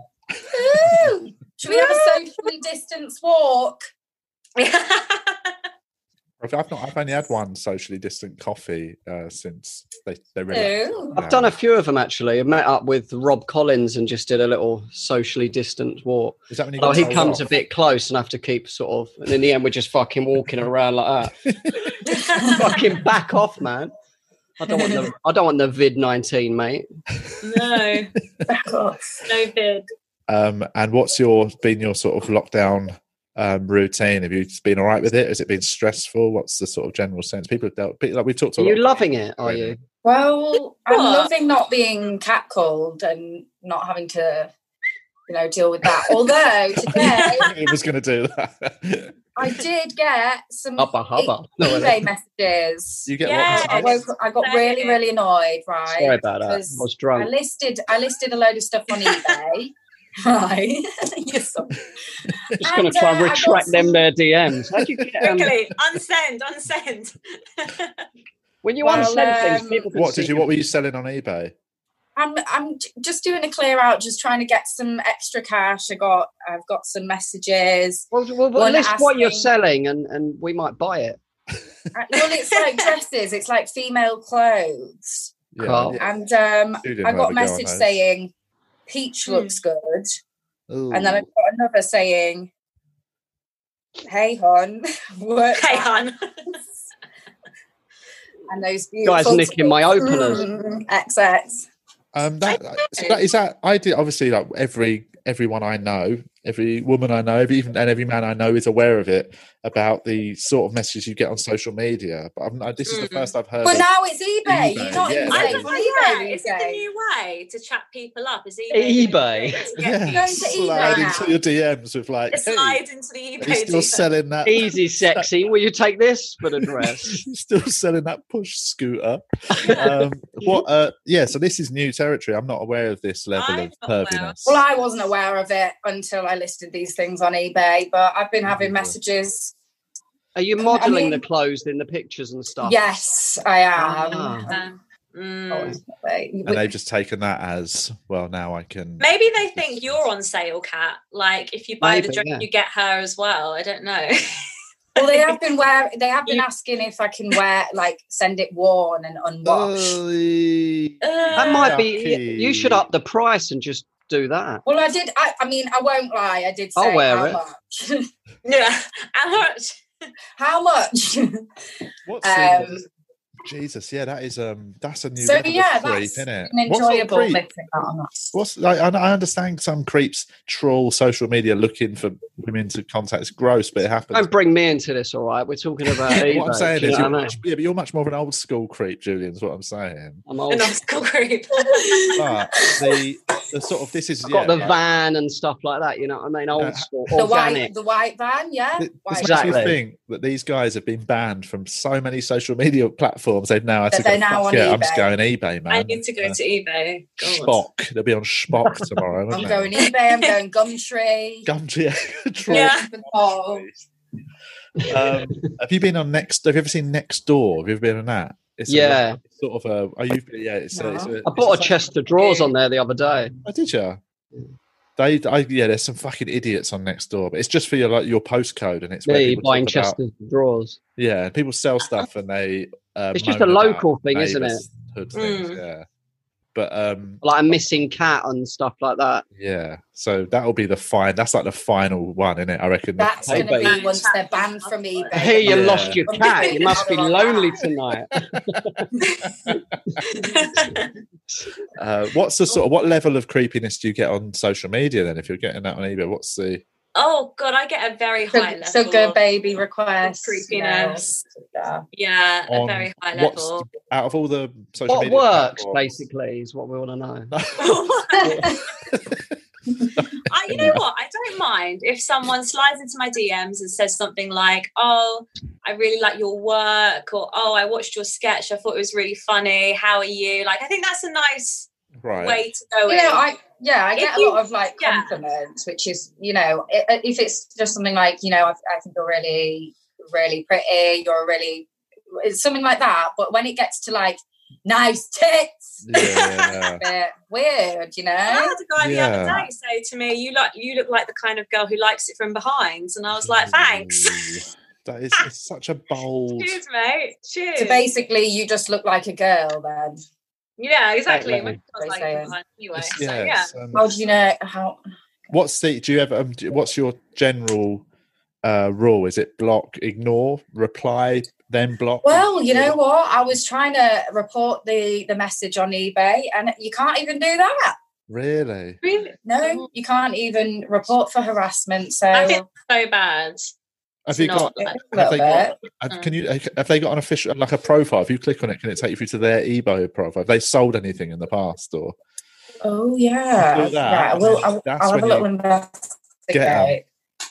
S4: Ooh, should we have a socially distance walk?
S1: I've, I've not. I've only had one socially distant coffee uh, since they they relaxed.
S4: Ooh.
S1: No.
S2: I've done a few of them actually. I met up with Rob Collins and just did a little socially distant walk.
S1: Is that when you
S2: Oh,
S1: got
S2: he
S1: told
S2: comes a
S1: off?
S2: bit close and I have to keep sort of, and in the end, we're just fucking walking around like that. fucking back off, man. I don't want the I don't want the vid nineteen, mate.
S5: no,
S4: Back up.
S5: no bid.
S1: Um, and what's your been your sort of lockdown um, routine? Have you been all right with it? Has it been stressful? What's the sort of general sense? People have dealt. Like we've talked to.
S2: Are
S1: A
S2: you
S1: lot.
S2: loving it? Are you?
S4: Well, I'm
S5: What?
S4: loving not being catcalled and not having to, you know, deal with that. Although today
S1: it was going to do that.
S4: I did get some
S2: Hubba hubba.
S4: e-
S2: No, I
S4: eBay
S2: don't-
S4: messages.
S1: You get
S5: Yeah.
S4: I
S1: what? messages?
S4: woke. up- I got really, really annoyed. Right.
S2: sorry about that. I
S4: because
S2: was
S1: Oh.
S4: I
S2: drunk.
S4: listed. I listed a load of stuff on eBay. right. yes.
S2: Just gonna
S4: and,
S2: try and
S4: uh, I got
S2: retract them
S4: some-
S2: their DMs. How'd you get um,
S5: Quickly, unsend, unsend.
S2: When you
S4: Well,
S2: unsend things,
S4: um,
S2: people can
S1: What
S2: see
S1: did you? What were you selling on eBay?
S4: I'm I'm j- just doing a clear out, just trying to get some extra cash. I got I've got some messages.
S2: Well, well, well,
S4: One
S2: list what you're
S4: asking-
S2: selling, and, and we might buy it.
S4: Uh, Well, it's like dresses. It's like female clothes,
S2: Carl.
S4: and um,
S1: You didn't
S4: I got a
S1: have a go on
S4: message
S1: those.
S4: saying peach
S5: Hmm.
S4: looks good,
S1: Ooh.
S4: and then I got another saying, "Hey hon, work
S5: Okay,
S4: hard
S5: hon.
S4: and those beautiful
S2: nicking my
S4: tits.
S2: openers.
S4: Mm, XX."
S1: Um, that, so that is that. I did obviously like every everyone I know, every woman I know, every, even and every man I know is aware of it about the sort of messages you get on social media. But I'm, I, this is the
S5: Mm.
S1: first I've heard.
S4: Hmm. Well,
S1: of.
S4: now it's
S1: eBay,
S4: eBay. You're not
S1: yeah.
S4: even
S5: I
S1: Right.
S5: don't
S4: safe on
S5: like that.
S4: eBay
S5: Is
S4: these
S5: it the
S4: days.
S5: new way to chat people up? Is eBay?
S2: eBay.
S5: Yeah.
S1: yeah,
S4: Going to eBay
S1: slide
S4: now.
S1: into your DMs with like,
S5: Just
S1: hey,
S5: slide into the
S1: are you
S5: eBay.
S1: still selling that?
S2: Easy, sexy. Will you take this for an address?
S1: You're still selling that push scooter. Um, what? Uh, yeah. So this is new territory. I'm not aware of this level
S5: I'm
S1: of
S5: not aware.
S1: perviness.
S4: Well, I wasn't aware of it until I listed these things on eBay, but I've been having
S1: Mhm.
S4: messages.
S2: Are you modelling
S4: mean-
S2: the clothes in the pictures and stuff?
S4: Yes, I am.
S2: Ah.
S5: Um, mm.
S1: and
S4: Unfortunately.
S1: they've just taken that as well. Now I can.
S5: Maybe they think you're on sale, Cat. Like if you buy
S2: Maybe,
S5: the dress,
S2: yeah.
S5: you get her as well. I don't know.
S4: Well, they have been wear. They have been
S5: You-
S4: asking if I can wear, like, send it worn and unwashed.
S1: Oh. Holy-
S2: That
S5: Uh,
S2: might be.
S1: Yucky.
S2: You should up the price and just do that.
S4: well, I did. I, I mean, I won't lie. I did say
S2: I'll wear
S4: how
S2: it.
S4: much.
S5: yeah. How much?
S4: how much?
S1: What's
S4: Um,
S1: um, Jesus, yeah, that is um, that's a new
S4: so
S1: level of
S4: yeah,
S1: creep,
S4: that's
S1: isn't it?
S4: an
S1: What's a
S4: enjoyable
S1: creep?
S4: missing out on that.
S1: What's like, I, I understand some creeps troll social media looking for women to contact. It's gross, but it happens.
S2: Don't bring me into this, all right? We're talking about eBay.
S1: what I'm saying
S2: do you
S1: is,
S2: know
S1: you're
S2: what I mean?
S1: much, yeah, but you're much more of an old school creep, Julian's what I'm saying.
S2: I'm
S5: An
S2: old.
S5: old school group.
S1: But the the sort of this is
S2: I've
S1: yeah,
S2: got the
S1: like,
S2: van and stuff like that. You know what I mean? Old
S1: Yeah.
S2: school,
S4: The
S2: organic.
S4: white, the white van, yeah.
S1: Th-
S4: White
S1: This
S2: Exactly.
S1: makes me think that these guys have been banned from so many social media platforms. They've now had
S4: That
S1: to go,
S4: they're now
S1: "Fuck
S4: on
S1: yeah, I'm just
S4: eBay."
S1: going eBay, man.
S5: I need to go
S1: Uh,
S5: to eBay. God.
S1: Spock. They'll be on Spock tomorrow.
S4: I'm
S1: won't they?
S4: going eBay. I'm going Gumtree.
S1: Gumtree. Troll.
S5: Yeah.
S4: Oh,
S1: Um, have you been on next? Have you ever seen Next Door? Have you ever been on that? It's a-
S2: Yeah.
S1: it's sort of a. Are you? Yeah. It's, a, it's a,
S2: I bought a
S1: it's
S2: chest of drawers on there the other day.
S1: Oh, did you? They, I, yeah, there's some fucking idiots on next door, but it's just for your like your postcode, and it's where
S2: Me
S1: people
S2: buying
S1: talk
S2: chest
S1: About,
S2: of drawers.
S1: yeah, people sell stuff, and they. Uh,
S2: It's just a
S1: moan about
S2: local thing, isn't it?
S1: neighbourhood Things,
S5: Mm.
S1: Yeah, but um,
S2: Like a missing cat and stuff like that.
S1: yeah. So that'll be the fine. That's like the final one, isn't it? I reckon. the
S4: That's
S2: Hey,
S4: going to
S2: babe.
S4: be once they're banned from eBay.
S2: Hey, you
S1: Yeah.
S2: lost your cat. You must be lonely tonight.
S1: Uh, what's the sort of what level of creepiness do you get on social media then? If you're getting that on eBay, what's the
S5: oh God, I get a very high
S4: Sugar,
S5: level.
S4: sugar
S5: of-
S4: baby request.
S5: Creepiness.
S4: Yeah.
S5: Yeah, a
S1: on
S5: very high
S1: what's
S5: level.
S1: out of all the social
S2: What
S1: media
S2: works,
S1: platforms-
S2: basically, is what we want to know.
S5: I, you know what? I don't mind if someone slides into my DMs and says something like, "Oh, I really like your work," or "Oh, I watched your sketch. I thought it was really funny. How are you?" Like, I think that's a nice
S1: right?
S5: way to go.
S4: You
S5: in.
S4: know, I yeah, I
S5: If
S4: get a
S5: you-
S4: lot of like
S5: yeah.
S4: compliments, which is you know, i- if it's just something like you know, I, I think you're really, really pretty, you're really it's something like that. But when it gets to like nice tits,
S1: Yeah.
S4: it's a bit weird, you
S5: I
S4: know.
S5: had a guy the other
S1: Yeah.
S5: day say to me, "You look, you look like the kind of girl who likes it from behind," and I was like, "Thanks."
S1: Ooh. That is it's such a bold.
S5: Cheers, mate. Cheers.
S4: So basically, you just look like a girl then.
S5: yeah, exactly.
S2: Exactly.
S5: When I was like,
S4: Basically.
S5: behind anyway,
S1: it's-
S5: so
S1: yeah,
S5: yeah.
S1: it's, um,
S4: How do you know how?
S1: what's the? Do you ever? Um, do, what's your general uh, rule? Is it block, ignore, reply, then block?
S4: Well, you know what? I was trying to report the the message on eBay, and you can't even do that.
S1: Really? Mm-hmm.
S5: Really?
S4: No, you can't even report for harassment. So
S5: I
S4: a
S5: think- So bad.
S1: Have you
S5: Not
S1: got?
S5: like-
S1: Have
S4: little
S1: they
S4: bit.
S1: got? Have,
S5: Mm.
S1: can you? Have they got an official like a profile? If you click on it, can it take you through to their eBay profile? Have they sold anything in the past or?
S4: Oh yeah,
S1: Do that,
S4: right.
S1: and
S4: Well,
S1: then
S4: I'll,
S1: that's
S4: I'll have a
S1: when
S4: little
S1: you get 'em.
S4: investigate.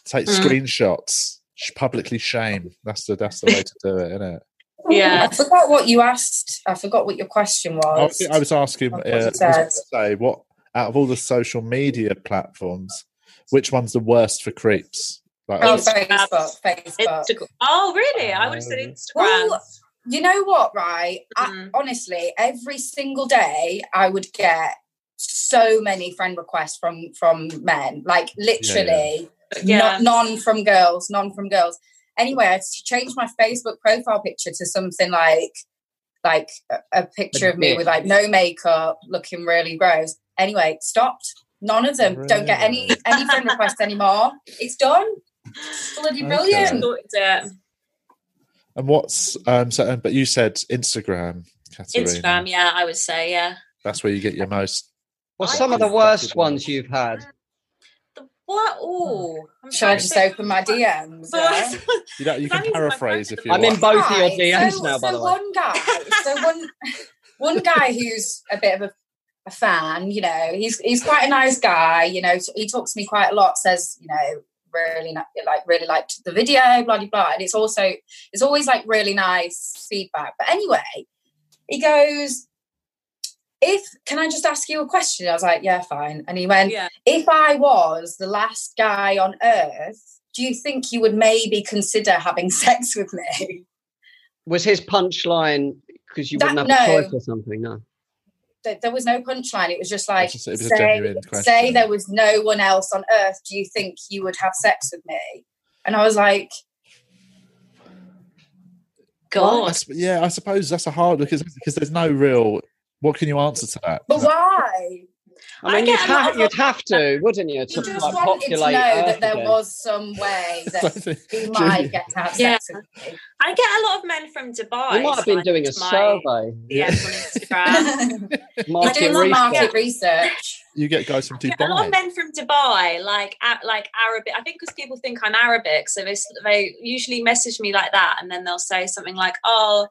S1: take
S5: Mm.
S1: screenshots, sh- publicly shame. That's the that's the way to do it, isn't it?
S5: Yeah.
S4: I forgot what you asked. I forgot what your question
S1: I
S4: was.
S1: was, I was asking, uh,
S4: That's
S1: I
S4: what it
S1: was gonna
S4: says.
S1: say what out of all the social media platforms, which one's the worst for creeps? Like,
S4: Oh,
S5: Instagram.
S4: Facebook, Facebook.
S5: Instagram. Oh, really? I would have said
S1: Um,
S5: Instagram.
S4: Well, You know what, right? I,
S5: Mhm.
S4: honestly, every single day I would get so many friend requests from from men, like literally
S5: But yeah.
S4: no- none from girls, none from girls. Anyway, I s- changed my Facebook profile picture to something like like a, a picture of me
S2: dick.
S4: with like no makeup, looking really gross. Anyway, it stopped. None of them. Don't get any
S1: Really?
S4: any friend requests anymore. It's done. It's bloody
S1: Okay.
S4: brilliant.
S5: Sorted it. uh,
S1: And what's um? So, but you said Instagram, Katerina.
S5: Instagram, yeah, I would say, yeah.
S1: That's where you get your most.
S2: What's
S5: I
S2: some of the
S1: think-
S2: worst ones you've had?
S5: The what? Ooh, I'm
S4: Mm. Should I
S5: trying to
S4: just
S5: think.
S4: open my DMs? yeah?
S1: You, know, you
S5: That
S1: can
S5: is my
S1: paraphrase if you.
S2: I'm in
S1: want.
S2: both of your
S4: Right,
S2: DMs
S4: so,
S2: now, by
S4: so
S2: the way.
S4: one guy, so one, one guy who's a bit of a, a fan, you know, he's he's quite a nice guy. You know, he talks to me quite a lot. Says, you know, really ni- like really liked the video, blah blah blah. And it's also it's always like really nice feedback. But anyway, he goes. If can I just ask you a question? I was like, yeah, fine. And he went,
S5: Yeah.
S4: if I was the last guy on earth, do you think you would maybe consider having sex with me?
S2: Was his punchline because you
S4: That-
S2: wouldn't have a
S4: no.
S2: choice or something? No.
S4: there, there was no punchline. It was just like
S1: It's just- it was a
S4: say,
S1: genuine question.
S4: say there was no one else on earth. Do you think you would have sex with me? And I was like,
S1: I
S5: God.
S1: sup- yeah, I suppose that's a hard because because there's no real. What can you answer to that?
S4: but why?
S2: I
S5: I
S2: mean, you'd,
S5: get a lot
S2: ha-
S5: of-
S2: you'd have to, wouldn't you,
S4: You
S2: to
S4: just
S2: like,
S4: wanted to know
S2: populate Earth
S4: that there
S2: again?
S4: was some way that you might get to have sex with me.
S5: I get a lot of men from Dubai.
S2: You might have been
S5: signing
S2: doing a
S5: to my
S2: survey.
S5: DMs on Instagram.
S4: I
S2: Market
S4: Um, do love
S2: research.
S4: market research.
S1: you get guys from
S5: Yeah, a lot of
S1: Dubai.
S5: men from Dubai, like a- like Arabic. I think because people think I'm Arabic, so they s- they usually message me like that, and then they'll say something like, "Oh,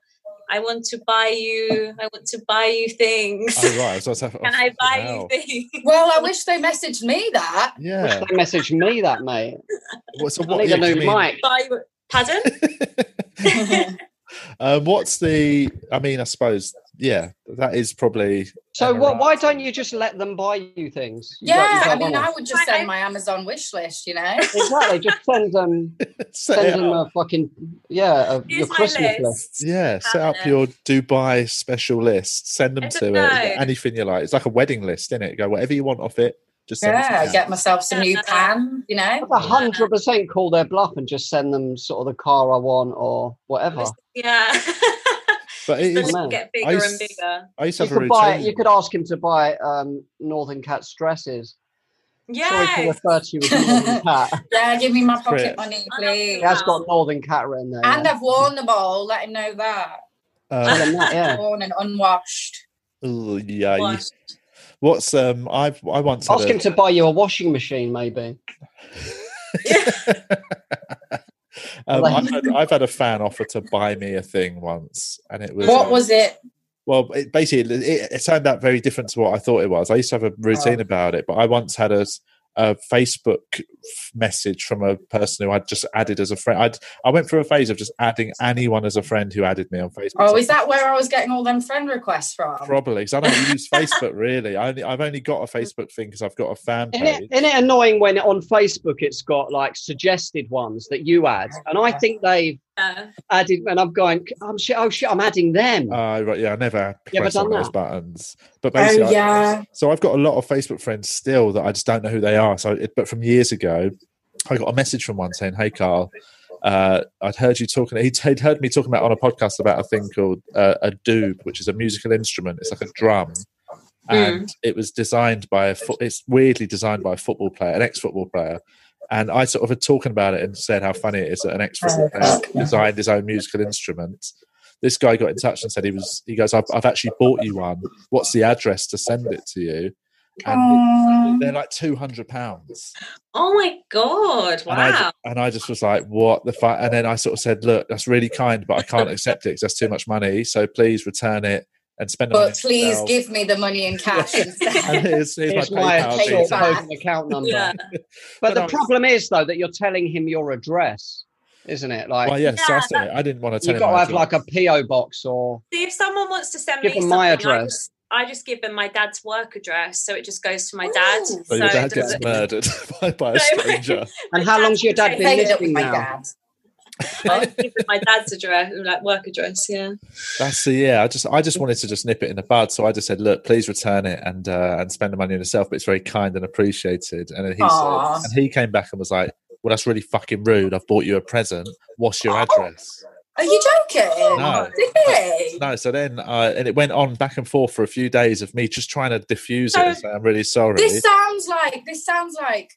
S5: I want to buy you. I want to buy you things.
S1: Oh right, I was about to have-
S5: Can I
S1: oh,
S5: buy
S1: hell.
S5: you things?"
S4: Well, I wish they messaged me that.
S2: Wish
S1: Yeah.
S2: they messaged me that, mate.
S1: Well, so
S2: I
S1: what?
S2: need
S1: yeah,
S2: a new
S1: 'cause I mean-
S2: mic.
S5: buy you. Pardon?
S1: Um, what's the? I mean, I suppose. Yeah, that is probably.
S2: So
S1: Yeah,
S2: wha-
S1: right.
S2: why don't you just let them buy you things? You don't- you
S4: yeah, I
S2: don't
S4: mean,
S2: wanna-
S4: I would just send my Amazon wish list, you know?
S2: exactly. Just send um, them,
S1: Set it
S2: send them
S1: up.
S2: a fucking yeah, a, your
S5: Here's my
S2: Christmas list.
S5: list.
S1: Yeah, set up
S5: Cabinet.
S1: your Dubai special list. Send them
S5: I
S1: to
S5: don't
S1: it.
S5: know.
S1: Anything you like. It's like a wedding list, isn't it? Go whatever you want off it. Just send
S4: Yeah,
S1: it to
S4: get myself some new pan, you know?
S2: I'd a hundred percent call their bluff and just send them sort of the car I want or whatever.
S5: Yeah.
S1: Kat. But it
S5: the
S1: is.
S2: man.
S5: list get
S1: I
S5: bigger
S1: s-
S5: and bigger.
S1: I used to
S2: You
S1: have a
S2: could buy.
S1: routine.
S2: You could ask him to buy um, Northern Cat dresses. Sorry to
S5: Yeah.
S2: refer to you as Northern Cat.
S4: Yeah, give me my
S1: Crit.
S4: pocket money,
S5: I love
S4: please.
S2: He has got Northern Cat written there.
S4: And
S2: yeah.
S4: I've worn them all. Let him know that.
S1: Um,
S2: Tell him that, yeah.
S4: Worn and unwashed.
S1: ugh, yeah. you- What's um? I've I once had
S2: Ask
S1: a-
S2: him to buy you a washing machine, maybe.
S1: um,
S2: Like-
S1: I've, had, I've had a fan offer to buy me a thing once, and it was
S4: What
S1: uh,
S4: was it?
S1: Well, it basically, it, it turned out very different to what I thought it was. I used to have
S4: Oh.
S1: a routine about it, but I once had a, s- a Facebook f- message from a person who I'd just added as a friend. I'd, I went through a phase of just adding anyone as a friend who added me on Facebook.
S4: Oh, is that where I was getting all them friend requests from?
S1: Probably because I don't use Facebook really. I only, I've only got a Facebook thing because I've got a fan
S2: Isn't it,
S1: page.
S2: isn't it annoying when on Facebook it's got like suggested ones that you add, and I think they've
S5: Yeah.
S2: added. And I'm going, I'm shit, oh shit, I'm adding them.
S1: Oh, right, yeah, I never
S2: You ever
S1: press on
S2: done
S1: those
S2: that?
S1: buttons. But basically,
S4: Oh
S1: I-
S4: yeah.
S1: So I've got a lot of Facebook friends still that I just don't know who they are. So, it- but from years ago, I got a message from one saying, "Hey, Carl, uh, I'd heard you talking. He'd, he'd heard me talking about on a podcast about a thing called uh, a doob, which is a musical instrument. It's like a drum." And it was designed by a fo- it's weirdly designed by a football player, an ex-football player. And I sort of had talking about it and said how funny it is that an ex-football player designed his own musical instrument. This guy got in touch and said he was. He goes, "I've, I've actually bought you one. What's the address to send it to you?" And
S4: Oh,
S1: they're like two hundred pounds.
S5: Oh my god!
S1: And I,
S5: Wow.
S1: ju- and I just was like, what the fuck? And then I sort of said, look, that's really kind, but I can't accept it because that's too much money. So please return it and spend the money.
S4: but please
S1: yourself.
S4: give me the money in cash instead.
S1: And here's, here's
S2: Here's
S1: my
S2: my
S1: PayPal
S4: take
S2: sort
S1: details.
S4: it back.
S2: code and account number.
S5: Yeah.
S2: But
S1: But I
S2: the
S1: was-
S2: problem is though that you're telling him your address, isn't it? Like
S1: Well, yeah, so
S5: Yeah,
S1: that's it. I didn't want to tell
S2: you've
S1: him.
S2: got to
S1: my
S2: have like a
S1: address.
S2: PO box or
S5: See if someone wants to send
S2: Give
S5: me
S2: them my
S5: something, I
S2: address.
S5: just, I just give them my dad's work address, so it just goes to my dad.
S4: Ooh. So your
S1: So Oh, your
S5: it
S1: dad gets
S5: doesn't-
S1: murdered by, by a
S5: So-
S1: stranger.
S2: and how long's your dad
S5: I
S2: been
S4: Paid up with
S2: listening
S4: my
S2: now?
S4: dad.
S5: I was with my dad's address, like work address. Yeah.
S1: That's the yeah. I just I just wanted to just nip it in the bud, so I just said, "Look, please return it and uh, and spend the money on yourself." But it's very kind and appreciated. And then he
S4: Aw.
S1: said, and he came back and was like, "Well, that's really fucking rude. I've bought you a present. What's your address?"
S4: Are you joking?
S1: No.
S4: Did they?
S1: No. So then, uh, and it went on back and forth for a few days of me just trying to diffuse it.
S5: So-
S1: and say, I'm really sorry.
S4: This sounds like this sounds like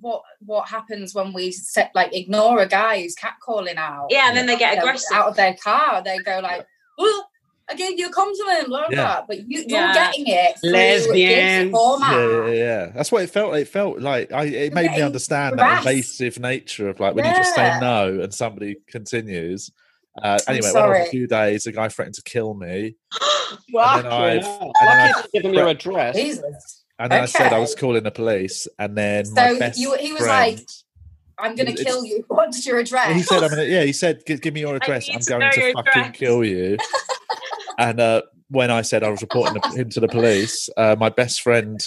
S4: what what happens when we set like ignore a guy who's catcalling out.
S5: Yeah. And then they get
S4: They're
S5: aggressive.
S4: out of their car. They go like, "Well, I gave you a compliment, blah blah."
S1: Yeah.
S4: blah. But you, you're
S5: Yeah.
S4: getting it through this
S2: Lesbians.
S4: format.
S1: yeah, yeah, yeah. That's what it felt. It felt like I. It made me
S4: Getting
S1: understand that
S4: harassed.
S1: invasive nature of like when you just say
S4: Yeah.
S1: no and somebody continues. Uh,
S4: I'm
S1: anyway, when I was a
S4: sorry.
S1: few days, a guy threatened to kill me,
S2: Fucking
S1: I've-
S2: hell.
S1: and then
S2: Lucky
S1: I've-
S2: to give them your address.
S4: Jesus,
S1: and then I said I
S4: Okay.
S1: was calling the police, and then
S4: So
S1: my best
S4: you- he was
S1: friend-
S4: I'm gonna
S1: It's-
S4: kill you. What's your address?
S1: He said, "I'm gonna, yeah." He said, "Gi- "Give me your address.
S5: need
S1: I'm
S5: to
S1: going
S5: know
S1: to
S5: your
S1: fucking
S5: address."
S1: kill you." and uh, when I said I was reporting the- him to the police, uh, my best friend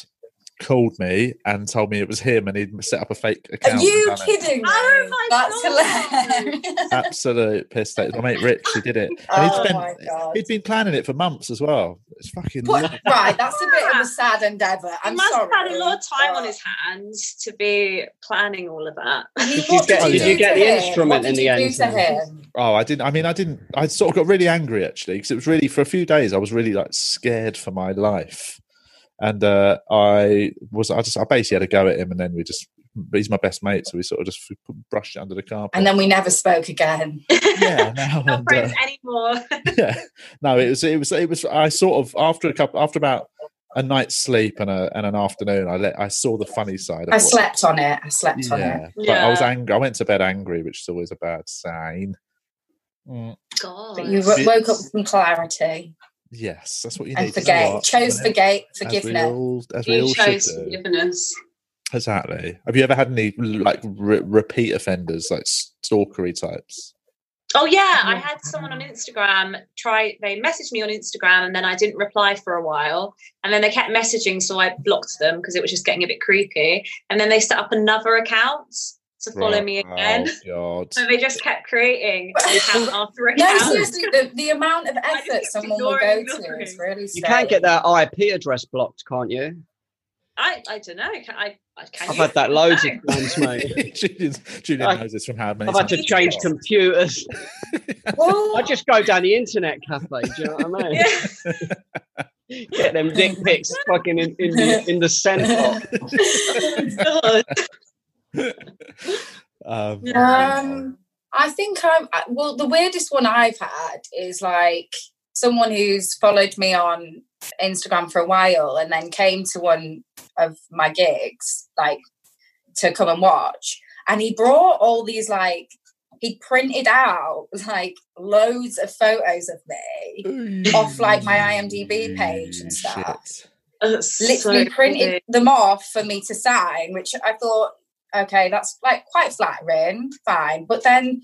S1: called me and told me it was him, and he'd set up a fake account.
S4: Are
S1: and
S4: you
S1: done it.
S4: kidding?
S5: Oh
S4: me?
S5: my
S4: That's
S5: God.
S4: hilarious.
S1: absolute piss take. My mate Rich, he did it. And
S4: oh
S1: he'd, spent,
S4: my god.
S1: he'd been planning it for months as well. It's fucking.
S4: What-
S1: lovely.
S4: right, that's a bit of a sad endeavour.
S5: He
S4: I'm
S5: must
S4: sorry. Uh.
S5: have had a lot of time on
S4: but-
S5: his hands to be planning all of that.
S4: He-
S2: you
S4: what
S2: get-
S1: did you
S4: do
S2: get
S4: to
S2: the
S4: him?
S2: instrument
S4: What
S2: in
S4: did
S2: the
S4: you
S2: end?
S4: do to him?
S1: Oh, I didn't. I mean, I didn't. I sort of got really angry actually because it was really for a few days. I was really like scared for my life, and uh, I was. I just. I basically had a go at him, and then we just. He's my best mate, so we sort of just f- brushed it under the carpet.
S4: And then we never spoke again.
S1: yeah, now
S5: Not
S1: and, uh,
S5: friends anymore.
S1: yeah no it was it was it was i sort of after a couple after about a night's sleep and a and an afternoon i let i saw the funny side of
S4: I
S1: what-
S4: slept on it. I slept on it.
S1: yeah but i was
S5: Yeah.
S1: angry i went to bed angry which is always a bad sign Mm,
S5: God.
S4: But you w-
S1: Yes.
S4: woke up from clarity
S1: yes that's what you
S4: and
S1: need You know
S4: forgave.
S1: what?
S4: Chose forgave,
S1: as we
S4: forgiveness.
S1: all, as we all
S5: You
S1: should
S5: chose
S1: do.
S5: forgiveness.
S1: Exactly. Have you ever had any like re- repeat offenders, like stalkery types?
S5: Oh yeah, I had someone on Instagram try. They messaged me on Instagram, and then I didn't reply for a while, and then they kept messaging, so I blocked them because it was just getting a bit creepy. And then they set up another account to follow
S1: Right.
S5: me again.
S1: Oh God.
S5: So they just kept creating account after
S4: No,
S5: account.
S4: seriously, the, the amount of
S5: just
S4: effort
S5: kept
S4: someone will go
S5: ignoring
S4: to
S5: ignoring.
S4: is really
S2: You can't
S4: scary.
S2: get their IP address blocked, can't you?
S5: I, I don't know. Can, I, I, can
S2: I've
S5: you?
S2: had that loads of
S5: No.
S2: times, mate.
S1: Julian, Julian
S2: I-
S1: knows this from how many
S2: I've had to
S1: times
S2: change
S1: he's lost.
S2: computers. I
S4: Well,
S2: just go down the internet cafe. Do you know what I mean?
S5: Yeah.
S2: Get them dick pics fucking in, in the in the sandbox.
S5: God.
S1: Um,
S4: Um, I think I'm. I- Well, the weirdest one I've had is like someone who's followed me on Instagram for a while and then came to one of my gigs, like to come and watch. And he brought all these like he printed out like loads of photos of me off like my IMDb page and stuff.
S5: That's
S4: Literally
S5: so
S4: printed
S5: weird.
S4: them off for me to sign, which I thought, okay, that's like quite flattering, fine. But then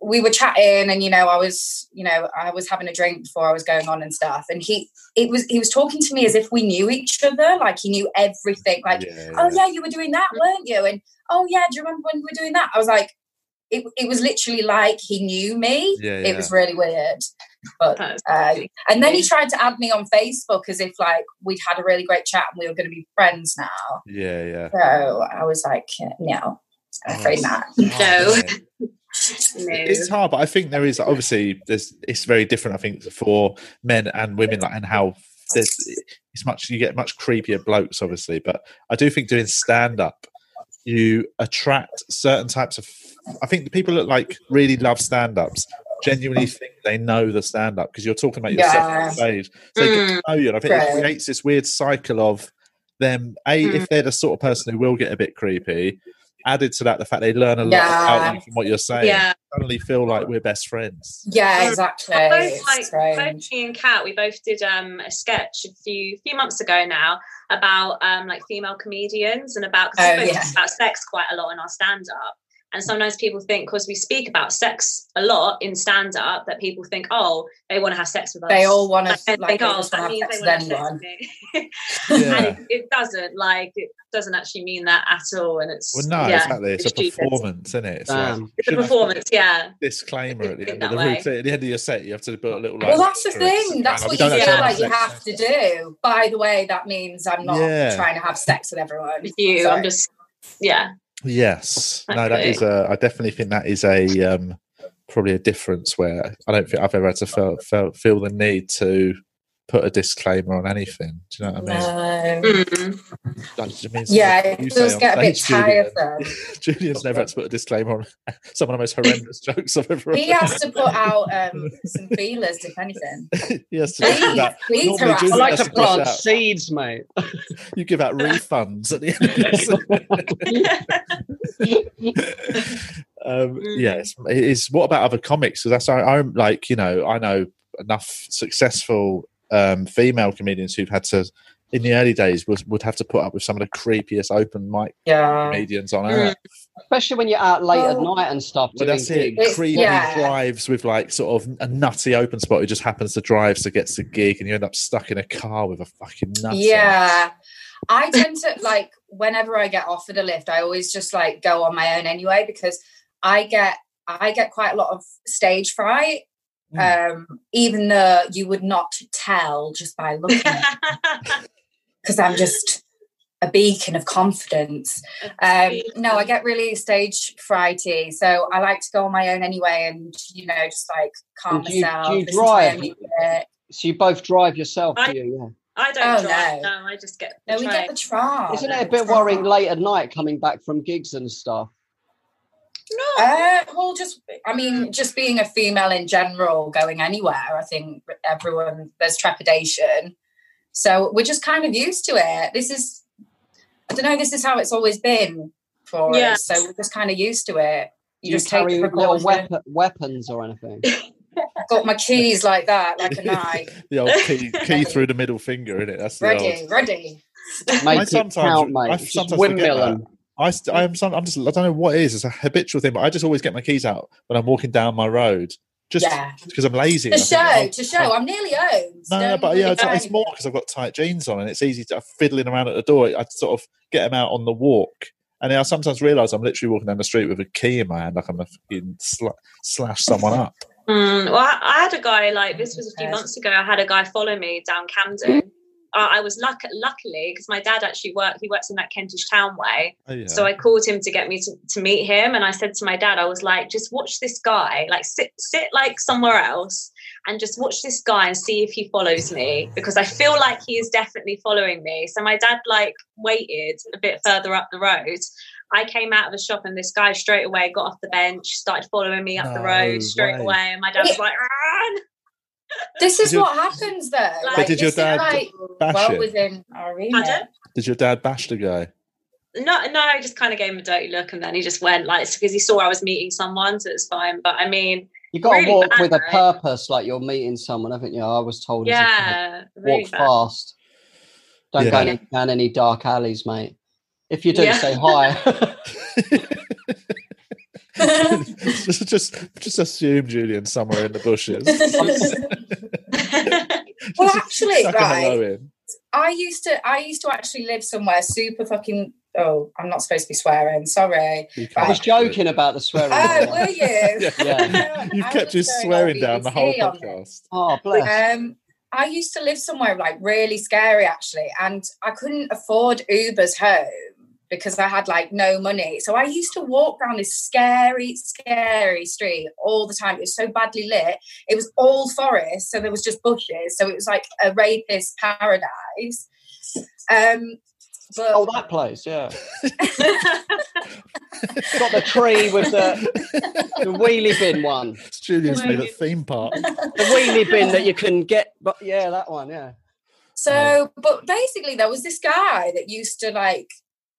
S4: we were chatting and you know i was you know i was having a drink before i was going on and stuff and he it was he was talking to me as if we knew each other like he knew everything like
S1: Yeah,
S4: oh yeah you were doing that weren't you and oh yeah do you remember when we were doing that i was like it, it was literally like he knew me
S1: Yeah,
S4: it was really weird but
S5: That's
S4: uh,
S5: crazy.
S4: and then he tried to add me on facebook as if like we'd had a really great chat and we were going to be friends now
S1: yeah, yeah.
S4: so i was like no i'm afraid not
S5: No.
S1: Yeah. It's hard, but I think there is obviously there's it's very different. I think for men and women, like and how there's it's much you get much creepier blokes, obviously. But I do think doing stand up, you attract certain types of. I think the people that like really love stand ups genuinely think they know the stand up because you're talking about yourself
S4: Yeah. Mm.
S1: on stage, so they
S5: Hmm,
S1: get to know you. And I think it
S4: Right. Mm.
S1: creates this weird cycle of them. A, if they're the sort of person who will get a bit creepy. Added to that, the fact they learn a lot
S4: Yeah.
S1: about you from what you're saying
S5: Yeah.
S1: suddenly feel like we're best friends.
S4: yeah exactly
S5: Well,
S4: It's
S5: both, like,
S4: strange.
S5: both me and Kat, we both did um, a sketch a few few months ago now about um, like female comedians and about 'cause we
S4: Oh,
S5: both
S4: yeah.
S5: talk about sex quite a lot in our stand up. And sometimes people think because we speak about sex a lot in stand up that people think, oh, they want to have sex with us.
S4: They all want
S5: Like,
S4: to
S5: they
S4: like,
S5: think,
S4: they
S5: oh,
S4: just
S5: that
S4: want to
S5: means
S4: have
S5: they
S4: sex
S5: want
S4: with
S5: to have sex
S4: anyone.
S5: with me. and
S1: Yeah.
S5: it, it doesn't like it doesn't actually mean that at all. And it's
S1: Well, no,
S5: yeah,
S1: exactly. It's, a
S5: it's stupid.
S1: performance, isn't it? It's like,
S2: Damn.
S5: It's a
S1: shouldn't I-
S5: performance, yeah.
S1: disclaimer at the
S5: Think
S1: end of
S5: that
S1: the
S5: way.
S1: routine. At the end of your set, you have to put a little. Like,
S4: Well, that's the
S1: asterisk.
S4: thing. That's
S1: We
S4: what you
S1: don't
S5: actually
S4: feel
S1: have
S5: have
S4: like you
S1: sex.
S4: have to do. By the way, that means I'm not
S1: Yeah.
S4: trying to have sex with everyone.
S5: With you,
S4: Sorry.
S5: I'm just yeah.
S1: Yes. No, that
S5: Okay.
S1: is a. I definitely think that is a um, probably a difference where I don't think I've ever had to feel, feel feel the need to put a disclaimer on anything. Do you know what I mean?
S4: No.
S5: Mm.
S1: Like, it means
S4: Um, Yeah,
S1: something you
S4: it
S1: say
S4: does
S1: on
S4: get a bit
S1: stage, Julian.
S4: tiresome.
S1: Julian's never had to put a disclaimer on some of the most horrendous jokes I've ever.
S4: He
S1: heard.
S4: has to put out um, some feelers, if anything.
S1: he has to do
S4: Please,
S1: that.
S4: please
S1: Normally
S4: harass
S1: Julian
S2: I like
S1: has
S2: to
S1: to cross
S2: plant
S1: out.
S2: seeds, mate.
S1: You give out refunds at the end. Of this. um,
S5: Mm.
S1: yes, it is. What about other comics? Because that's I, I'm like you know I know enough successful um, female comedians who've had to in the early days would, would have to put up with some of the creepiest open mic
S4: Yeah.
S1: comedians on
S5: Mm.
S1: earth.
S2: Especially when you're out late at
S4: Well-
S2: night and stuff.
S1: Well,
S2: doing
S1: that's it.
S2: gigs.
S4: It's-
S1: Creepy
S4: yeah.
S1: drives with like sort of a nutty open spot who just happens to drive, so gets the gig, and you end up stuck in a car with a fucking nut.
S4: Yeah. I tend to like whenever I get offered a lift, I always just like go on my own anyway because I get I get quite a lot of stage fright.
S2: Mm.
S4: Um, even though you would not tell just by looking at because I'm just a beacon of confidence. Um, no, I get really stage frighty, so I like to go on my own anyway, and you know, just like calm
S2: And do you- do
S4: myself.
S2: you
S4: listen to my
S2: drive?
S4: own music.
S2: So you both drive yourself,
S5: I-
S2: do you?
S5: I don't
S4: Oh,
S5: drive.
S4: no.
S5: No, I just get the
S4: No, we
S5: train.
S4: get the tram.
S2: Yeah. Isn't
S5: no,
S2: it a bit
S4: it's
S2: worrying
S4: not.
S2: late at night coming back from gigs and stuff?
S5: No,
S4: Uh, well, just I mean, just being a female in general, going anywhere, I think everyone there's trepidation. So we're just kind of used to it. This is, I don't know, this is how it's always been for
S5: Yeah.
S4: us. So we're just kind of used to it. You,
S2: Do you
S4: just take
S2: carry
S4: the
S2: little
S4: precaution.
S2: weapon, weapons or anything?
S4: Got my keys like that, like a knife,
S1: the old key, key through the middle finger in it. That's the
S4: ready,
S1: old.
S4: ready.
S1: I
S2: Make it
S1: sometimes-
S2: count, mate.
S1: I
S2: Just
S1: sometimes forget
S2: windmill
S1: that.
S2: 'em.
S1: I st- I'm some, I'm just I don't know what it is. It's a habitual thing, but I just always get my keys out when I'm walking down my road, just
S4: yeah,
S1: because I'm lazy.
S4: to
S1: and I think,
S4: show,
S1: oh,
S4: to show. I'm nearly owned.
S1: No, no,
S4: Don't
S1: but yeah,
S4: really
S1: it's, it's
S4: care.
S1: more because I've got tight jeans on and it's easy to fiddling around at the door. I sort of get them out on the walk. And I sometimes realise I'm literally walking down the street with a key in my hand, like I'm going fucking sla- slash someone up.
S5: Mm, well, I, I had a guy like this was a few
S4: Yes.
S5: months ago. I had a guy follow me down Camden. Uh, I was luck- luckily because my dad actually worked. He works in that Kentish Town way,
S1: Oh, yeah.
S5: so I called him to get me to, to meet him. And I said to my dad, I was like, just watch this guy. Like sit sit like somewhere else and just watch this guy and see if he follows me because I feel like he is definitely following me. So my dad like waited a bit further up the road. I came out of the shop and this guy straight away got off the bench, started following me up the
S1: No
S5: road straight
S1: way.
S5: away, and my dad was like, "Run!"
S4: This is
S1: Did your-
S4: what happens, though.
S5: But
S4: Like,
S1: did your
S4: this is,
S1: dad
S4: like,
S1: bash
S4: well
S1: it?
S4: within our remit?
S5: Pardon?
S1: Did your dad bash the guy?
S5: No, no, I just kind of gave him a dirty look, and then he just went like because he saw I was meeting someone, so it's fine. But I mean,
S2: You got to
S5: Really
S2: walk
S5: bad,
S2: with a
S5: right?
S2: purpose, like you're meeting someone, haven't you? I was told. as a kid,
S5: yeah, really
S2: walk
S5: bad.
S2: fast. Don't go
S1: Yeah.
S2: any- down any dark alleys, mate. If you do,
S5: Yeah.
S2: say hi.
S1: just, just just assume Julian somewhere in the bushes.
S4: Well,
S1: Just
S4: actually,
S1: chuck a hello in.
S4: I used to I used to actually live somewhere super fucking oh, I'm not supposed to be swearing, sorry.
S1: You
S2: I
S1: can't
S2: was
S1: do it.
S2: joking about the swearing.
S4: Oh, were you?
S1: Yeah.
S2: Yeah.
S1: You've
S4: I
S1: kept
S4: was
S1: his
S4: going
S1: swearing down the whole
S4: BBC on it.
S1: podcast.
S2: oh, bless.
S4: Um I used to live somewhere like really scary actually, and I couldn't afford Ubers home because I had like no money. So I used to walk down this scary, scary street all the time. It was so badly lit. It was all forest, so there was just bushes. So it was like a rapist paradise. Um but
S2: Oh, that place, yeah. Got the tree with the, the wheelie bin one.
S1: It's Julian's
S5: Wait.
S1: favourite theme park.
S2: The wheelie bin that you can get, but yeah, that one, yeah.
S4: So, but basically, there was this guy that used to like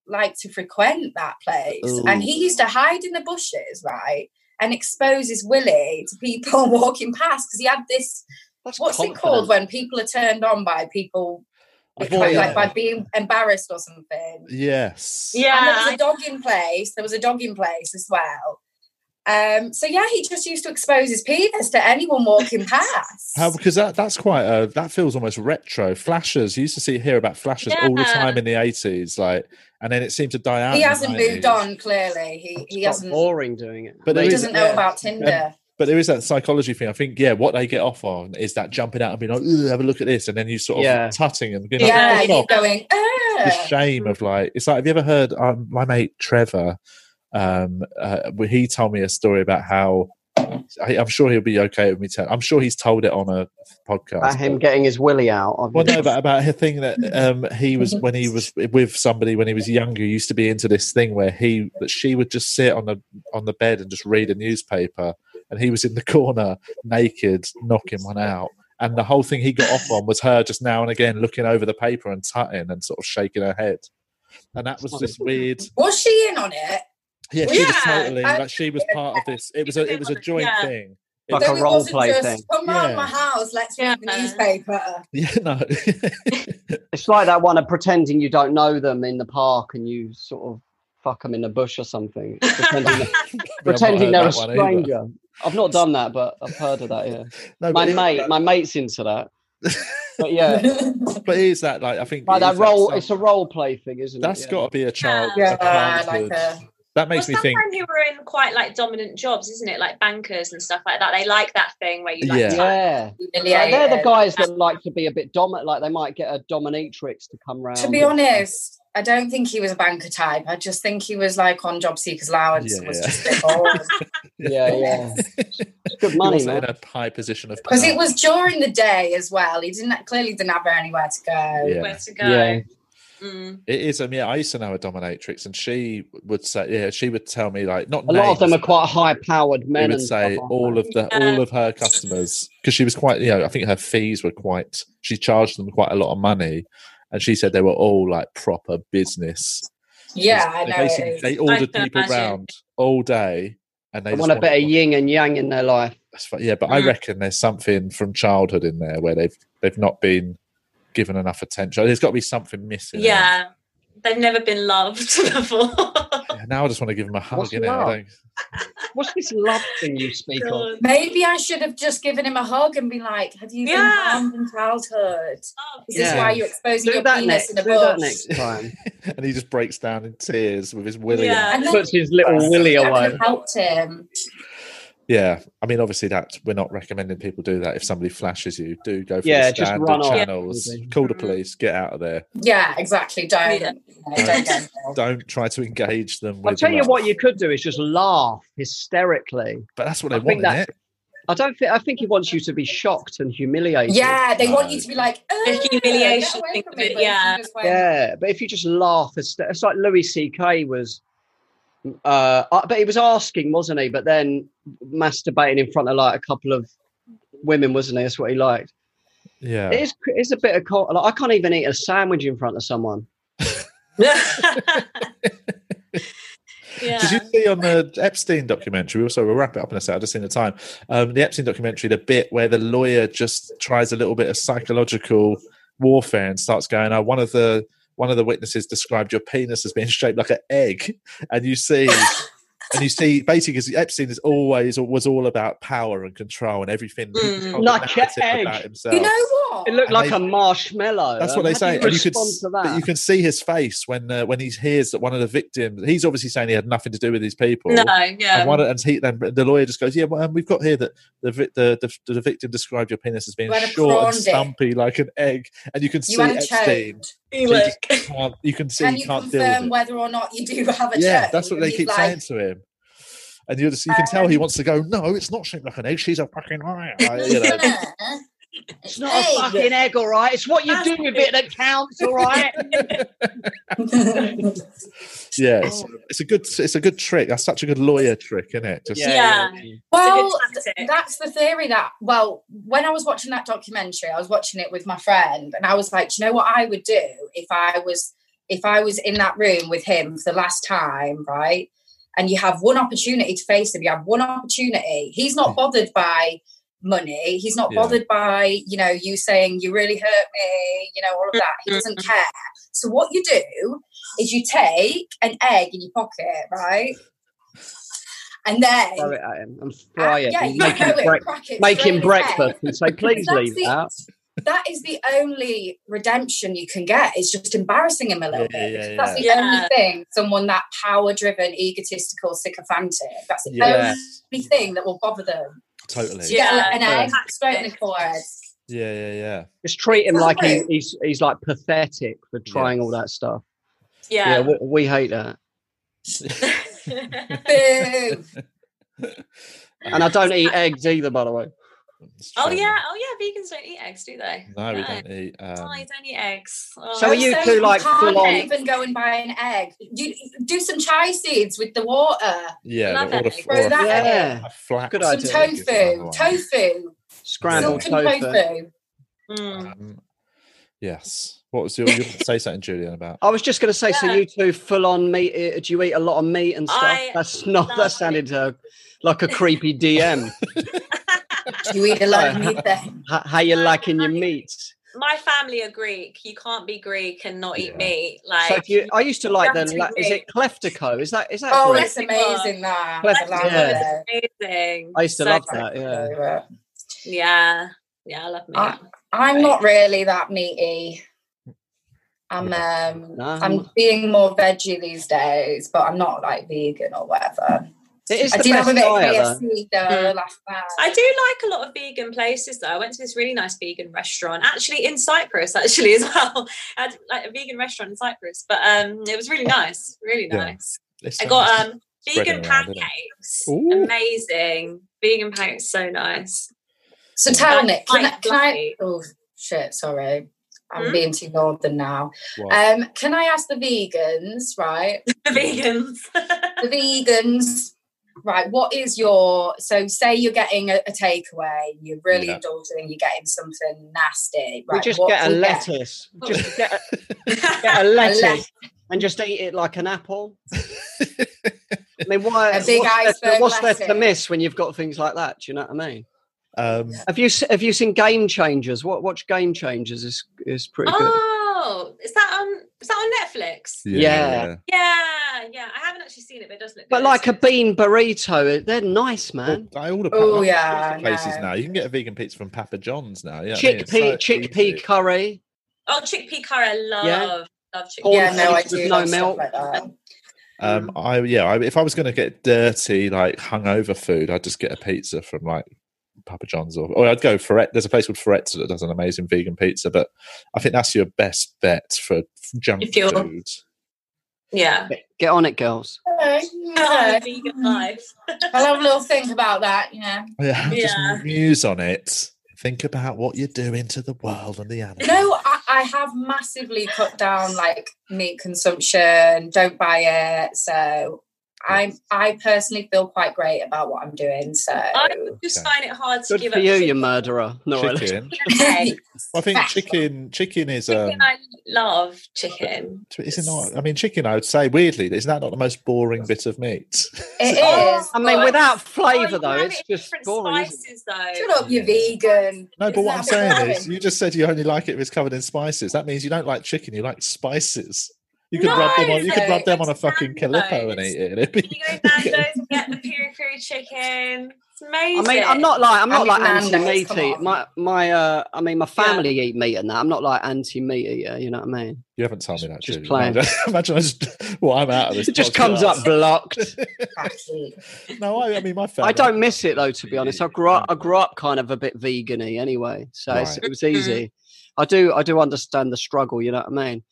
S4: like to frequent that place, and he used to hide in the bushes, right, and expose his willy to people walking past because he had this
S2: That's
S4: what's it called when people are turned on by people Which
S2: Oh,
S4: was
S2: yeah.
S4: like by being embarrassed or something.
S1: Yes.
S4: And there was
S5: Yeah.
S4: a dog in place. There was a dog in place as well. Um, so yeah, he just used to expose his penis to anyone walking past.
S1: How, because that that's quite a that feels almost retro. Flashers you used to see hear about flashers all the
S5: Yeah.
S1: time in the eighties, like, and then it seemed to die out.
S4: he
S1: in the
S4: hasn't moved
S1: 90s.
S4: on. Clearly, he
S2: It's
S4: he
S2: got
S4: hasn't.
S2: boring doing it.
S1: But
S2: I
S1: there
S4: He
S2: mean,
S1: is-
S4: doesn't know
S2: yeah.
S4: about Tinder.
S1: But there is that psychology thing. I think, yeah, what they get off on is that jumping out and being like, "Ugh, have a look at this, and then you sort of
S2: Yeah.
S1: tutting and being like,
S4: Yeah,
S1: "Fuck
S4: you're
S1: off."
S4: going.
S1: the
S4: "Ah."
S1: shame of like it's like have you ever heard um, my mate Trevor um uh, well, he told me a story about how I, I'm sure he'll be okay with me telling I'm sure he's told it on a podcast
S2: About him getting his willy out.
S1: well,
S2: obviously.
S1: no, but about a thing that um, he was when he was with somebody when he was younger. He used to be into this thing where he that she would just sit on the on the bed and just read a newspaper, and he was in the corner naked, knocking one out. And the whole thing he got off on was her just now and again looking over the paper and tutting and sort of shaking her head. And that was this weird.
S4: Was she in on it?
S1: Yeah, she was
S5: Yeah.
S1: totally like she was part of this. It was a it was a joint
S5: Yeah.
S1: thing.
S2: Like
S4: So
S2: a
S4: it
S2: role
S4: wasn't
S2: play
S4: just,
S2: thing.
S4: Come round
S1: Yeah.
S4: my house, let's read the
S5: Yeah.
S4: newspaper.
S1: Yeah, no.
S2: It's like that one of pretending you don't know them in the park and you sort of fuck them in the bush or something. It's Pretending, that- pretending they're a stranger. I've not done that, but I've heard of that. Yeah, my mate, my mate's into that. But yeah,
S1: But it is that like I think
S2: like
S1: it
S2: that
S1: is
S2: role.
S1: some-
S2: It's a role play thing, isn't
S1: That's
S2: it? Yeah.
S1: got to be a child.
S4: Yeah,
S1: a childhood.
S4: like a
S1: that makes
S5: well,
S1: me think.
S5: sometimes you were in quite like dominant jobs, isn't it? Like bankers and stuff like that. They like that thing where you like
S1: Yeah.
S2: Yeah, Like,
S4: humiliating.
S2: they're the guys that like to be a bit dominant. Like they might get a dominatrix to come round.
S4: To be honest, I don't think he was a banker type. I just think he was like on job seekers allowance.
S1: Yeah,
S4: was
S1: yeah.
S4: just a bit bored.
S2: yeah, yeah, It's good
S1: He
S2: money,
S1: wasn't in
S2: man.
S1: a high position of
S4: Because it
S1: power.
S4: was during the day as well. He didn't clearly didn't have anywhere to go.
S1: Yeah.
S5: where to go.
S2: Yeah.
S5: Mm.
S1: It is. I mean, I used to know a dominatrix, and she would say, "Yeah, she would tell me like not."
S2: A lot of them are
S1: names,
S2: quite high-powered
S1: but She
S2: men.
S1: would
S2: and
S1: say
S2: stuff like
S1: all
S2: that.
S1: of the
S5: Yeah.
S1: all of her customers because she was quite. You know, I think her fees were quite. She charged them quite a lot of money, and she said they were all like proper business.
S4: Yeah, I
S1: They
S4: know.
S1: basically-
S4: it is.
S1: They ordered
S5: can
S1: people
S5: imagine.
S1: round all day, and they
S2: They
S1: just
S2: want a
S1: wanted
S2: bit of
S1: one-
S2: yin and yang in their life.
S1: That's fi- yeah, but I
S5: Mm.
S1: reckon there's something from childhood in there where they've they've not been given enough attention. There's got to be something missing.
S5: yeah. They've never been loved before.
S1: Yeah, Now I just want to give them a hug.
S2: What's
S1: innit? I
S2: love?
S1: don't-
S2: What's this love thing you speak of?
S5: God.
S4: Maybe I should have just given him a hug and been like, "Have you been
S5: Yeah.
S4: harmed in childhood?
S5: Oh,
S4: Is
S2: Yeah.
S4: this why you're exposing
S2: Do
S4: your
S2: that
S4: penis
S2: next.
S4: in a
S2: Do that
S4: bush?"
S2: next time.
S1: and he just breaks down in tears with his willy.
S5: Yeah.
S1: Yeah.
S4: And then
S2: Puts his little willy
S4: I would
S2: away.
S4: have helped him.
S1: I mean, obviously, that we're not recommending people do that. If somebody flashes you, do go for
S2: Yeah,
S1: the
S2: just
S1: standard
S2: run off.
S1: channels.
S2: Yeah.
S1: Call the police. Get out of there.
S4: Yeah, exactly. Don't.
S5: Yeah.
S4: no, don't get involved.
S1: Don't try to engage them. With
S2: I'll tell you
S1: love.
S2: what you could do is just laugh hysterically.
S1: But that's what they
S2: I
S1: want.
S2: think
S1: innit?
S2: I don't think I think he wants you to be shocked and humiliated.
S4: Yeah, they want
S1: No.
S4: you to be like "Oh,
S5: The humiliation
S4: get away
S5: thing
S4: from
S5: of
S4: me," but
S5: it,
S4: if you
S5: yeah.
S4: just went,
S2: Yeah, but if you just laugh, it's, it's like Louis C.K. was. Uh, uh, but he was asking, wasn't he? But then masturbating in front of like a couple of women, wasn't he? That's what he liked.
S1: Yeah.
S2: It is, it's a bit of co- like, I can't even eat a sandwich in front of someone.
S5: yeah.
S1: Did you see on the Epstein documentary? We also will wrap it up in a sec. I just seen the time. Um, the Epstein documentary, the bit where the lawyer just tries a little bit of psychological warfare and starts going, "Oh, one of the one of the witnesses described your penis as being shaped like an egg," and you see. And you see, basically, because Epstein is always was all about power and control and everything. He
S5: Mm.
S1: controlled the
S2: Like an
S1: narrative
S2: egg.
S1: about himself.
S4: You know what?
S2: It looked
S1: And
S2: like
S1: they-
S2: a marshmallow.
S1: That's what they
S2: How
S1: say.
S2: Do you
S1: and you can
S2: respond
S1: s-
S2: to
S1: but
S2: that.
S1: you can see his face when uh, when he hears that one of the victims. He's obviously saying he had nothing to do with these people.
S5: No, yeah.
S1: and
S4: Um,
S1: one and he then the lawyer just goes, yeah, well, um, we've got here that the, vi- the the the victim described your penis as being
S4: You had a
S1: short
S4: prawn
S1: and
S4: dick.
S1: stumpy like an egg, and you can see
S4: You had a
S1: Epstein.
S4: chode.
S5: Look.
S1: can't- you can see
S4: Can
S1: he
S4: you
S1: can't deal with
S4: confirm
S1: it.
S4: whether or not you do have a
S1: yeah,
S4: chode?
S1: that's what
S4: And
S1: they
S4: he's
S1: keep
S4: like, Um,
S1: saying to him, and you just you can tell he wants to go. No, it's not shaped like an egg. She's a fucking liar. Like, you know.
S2: It's not a fucking egg, all right. It's what you do with it that counts, all right.
S4: fucking.
S1: yeah,
S4: Oh.
S1: it's, it's a good it's a good trick. That's such a good lawyer trick, isn't it? Just,
S5: Yeah.
S2: Oh,
S4: well,
S5: tactic.
S4: that's the theory that. Well, when I was watching that documentary, I was watching it with my friend, and I was like, do you know what I would do if I was if I was in that room with him for the last time, right? And you have one opportunity to face him. You have one opportunity. He's not bothered by money. He's not
S1: Yeah.
S4: bothered by, you know, you saying you really hurt me, you know, all of that. He doesn't care. So what you do is you take an egg in your pocket, right? And then
S2: Throw it at him and fry it.
S4: Uh, Ah, yeah,
S2: and
S4: you
S2: make
S4: throw
S2: him,
S4: it,
S2: break-
S4: crack it,
S2: make
S4: throw
S2: him
S4: it away.
S2: breakfast and say, please
S4: That's
S2: leave
S4: the-
S2: that.
S4: That is the only redemption you can get is just embarrassing him a little
S1: Yeah,
S4: bit.
S1: yeah,
S4: That's the
S5: yeah.
S4: only thing someone that power driven, egotistical, sycophantic. That's the
S1: Yeah.
S4: only thing that will bother them.
S1: Totally.
S4: So you get a- an
S5: Yeah.
S4: egg straight in the cord.
S1: Yeah, yeah, yeah.
S2: Just treat him like he,
S4: Right.
S2: he's he's like pathetic for trying all that stuff. Yeah,
S5: Yeah. Oh,
S2: we, we hate that,
S4: Boo.
S2: and I don't eat eggs either, by the way.
S5: oh yeah. Oh yeah. Vegans don't eat eggs, do they?
S1: No, we
S5: No.
S1: don't eat.
S5: Oh,
S1: Um,
S5: I don't eat eggs. Oh,
S2: So are you
S4: Also,
S2: two, like,
S4: can't
S2: full on-
S4: even go and buy an egg. You, do some chai seeds with the water.
S1: yeah,
S5: Love
S1: or a,
S5: it.
S1: or
S4: Throw
S1: a,
S4: that at it.
S2: Yeah,
S1: a flax.
S2: Good
S4: Some
S1: egg
S2: idea.
S1: is another
S4: tofu,
S1: one.
S4: tofu,
S2: Scrambled
S4: silken tofu.
S2: tofu.
S5: Mm.
S1: Um, yes. What was your? You were gonna say something, Julian, about?
S2: I was just going to say, so
S5: Yeah.
S2: you two full on meat? eater, Do you eat a lot of meat and stuff?
S5: I
S2: That's not.
S5: love
S2: That sounded uh, like a creepy DM.
S4: Do you eat a lot of meat then?
S2: how, how you liking your meat?
S5: My family are Greek. You can't be Greek and not eat
S1: Yeah.
S5: meat. Like
S2: So if you, I used to like the.
S5: That's
S2: la- Is it
S5: great.
S2: Cleftico? Is that is that?
S4: Oh,
S2: Greek?
S4: it's amazing that.
S2: Bless
S4: I
S2: you.
S4: love
S2: Yeah.
S4: it.
S5: amazing.
S2: I used to
S5: So-
S2: love that. Yeah.
S4: Favourite.
S5: Yeah. Yeah, I love meat.
S4: I- I'm not really that meaty. I'm um
S2: Nah.
S4: I'm being more veggie these days, but I'm not like vegan or whatever.
S2: It is
S4: I
S2: the
S4: did have a
S2: best diet,
S4: bit of
S2: though. Hmm.
S4: KFC though
S5: Mm.
S4: last night.
S5: I do like a lot of vegan places though. I went to this really nice vegan restaurant, actually in Cyprus, actually as well. I had like a vegan restaurant in Cyprus, but um, it was really nice, really
S1: Yeah.
S5: nice.
S1: This
S5: I got
S1: sounds-
S5: um
S1: spreading
S5: vegan
S1: around, isn't it?
S5: pancakes,
S1: Ooh.
S5: amazing vegan pancakes, so nice.
S4: So tell Nick, can, I,
S5: Like
S4: can I?
S5: fluffy.
S4: Oh shit! Sorry, I'm
S5: Hmm?
S4: being too northern now.
S1: what?
S4: Um, can I ask the vegans, right?
S5: The vegans,
S4: The vegans, right? What is your? So say you're getting a, a takeaway, you're really
S1: Yeah.
S4: indulging, you're getting something nasty,
S2: We
S4: right?
S2: just
S4: what
S2: get a
S4: do you
S2: lettuce. Just get a, get
S5: yeah,
S2: a lettuce
S4: lettuce.
S2: and just eat it like an apple. I mean, why?
S4: A
S2: what's there,
S4: big
S2: to,
S4: iceberg
S2: what's there to
S4: lettuce.
S2: miss when you've got things like that? Do you know what I mean?
S1: um,
S2: Have you se- have you seen Game Changers? What watch Game Changers is is pretty good.
S5: Oh, is that on? Is that on Netflix?
S1: yeah,
S2: yeah.
S1: yeah.
S5: Yeah, yeah. I haven't actually seen it, but it does look.
S2: But
S5: good.
S2: like a bean burrito, they're nice, man.
S1: Well, I order.
S4: Oh,
S1: Oh
S4: yeah,
S1: yeah, places
S4: no.
S1: now. You can get a vegan pizza from Papa John's now. Yeah,
S2: chickpea chickpea curry.
S5: oh chickpea curry. I love
S2: Yeah.
S5: love chickpea.
S2: Corn
S4: Yeah, no, I
S2: fries
S4: do
S2: with
S4: love
S2: Oh, no
S4: stuff
S2: milk.
S4: like that.
S1: Um, I yeah, I, if I was going to get dirty, like hungover food, I'd just get a pizza from like Papa John's or, or I'd go for There's a place called Ferretta that does an amazing vegan pizza, but I think that's your best bet for junk
S5: If you're-
S1: food.
S5: yeah.
S2: Get on it, girls.
S4: Okay,
S5: Oh,
S4: okay.
S5: vegan life.
S4: I'll have a little think about that. You know.
S1: Yeah,
S5: Yeah.
S1: just muse on it. Think about what you're doing to the world and the animals.
S4: No, I, I have massively cut down like meat consumption. Don't buy it. So I'm I personally feel quite great about what I'm doing. So
S5: I just
S1: Okay.
S5: find it hard to
S2: Oh, Good
S5: give
S2: for
S5: up
S2: you,
S5: chicken
S2: you murderer. No, I-
S1: chicken.
S5: and eggs.
S1: I think chicken. Chicken is um.
S5: Chicken, I love chicken.
S1: Is it not? I mean, chicken. I would say weirdly, is that not the most boring bit of meat?
S4: it
S5: Oh,
S4: is.
S2: I mean,
S5: Well,
S2: without
S5: Oh,
S2: flavour
S5: you
S2: though,
S5: have
S2: it's
S5: it in
S2: just
S5: different
S2: boring. isn't it?
S5: spices though.
S4: Shut up, you vegan.
S1: No, but what I'm
S4: Isn't that
S1: saying is,
S4: boring?
S1: you just said you only like it if it's covered in spices. That means you don't like chicken. You like spices. You could rub them on. You could rub them on a fucking calippo and eat it. and it'd
S5: You
S1: be-
S5: go Nando's and get the piri piri chicken. It's
S2: I
S5: amazing.
S2: mean, I'm not like I'm
S4: I
S2: not
S4: mean,
S2: like
S4: Nando's, come
S2: anti-meaty.
S4: on.
S2: My my uh, I mean, my family eat meat and that. I'm not like anti-meat eater. You know what I mean?
S1: you haven't told me that.
S2: Just
S1: Julie.
S2: plain.
S1: No, Imagine I just, well, I'm out of this.
S2: It just comes up
S1: podcast.
S2: blocked.
S4: Actually,
S1: No, I, I mean my family.
S2: I don't miss it though, to be honest. I grew up, I grew up kind of a bit vegan-y anyway, so it's,
S1: Right.
S2: it was easy. I do I do understand the struggle. You know what I mean?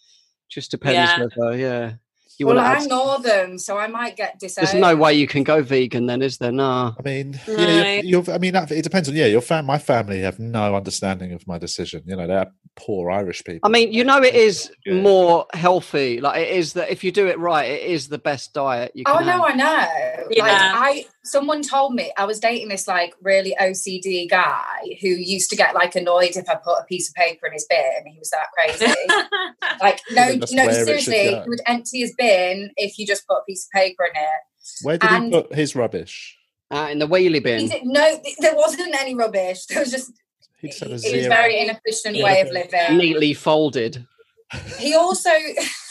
S2: Just depends
S5: Yeah.
S2: whether yeah. You
S4: well,
S2: wanna add-
S4: I'm northern, so I might get disowned.
S2: There's no way you can go vegan then, is there? No.
S1: I mean,
S5: No.
S1: yeah, you're, you're, I mean, that, it depends on yeah. Your fam, my family have no understanding of my decision. You know, they're poor Irish people.
S4: Um,
S2: I mean, you know, it is
S1: Yeah.
S2: more healthy. Like it is that if you do it right, it is the best diet you can.
S4: Oh no,
S2: have.
S4: I know. Like
S5: Yeah.
S4: I someone told me I was dating this like really OCD guy who used to get like annoyed if I put a piece of paper in his bin. He was that crazy. Like no,
S1: Just
S4: no,
S1: where it should
S4: seriously,
S1: go.
S4: he would empty his bin if you just put a piece of paper in it.
S1: Where did
S4: and-
S1: he put his rubbish?
S2: out in the wheelie bin.
S4: Is it- no, th- there wasn't any rubbish. There was just
S1: He
S4: it
S1: said a
S4: was
S1: zero.
S4: very inefficient
S1: Yeah.
S4: way of living.
S2: Neatly folded.
S4: he also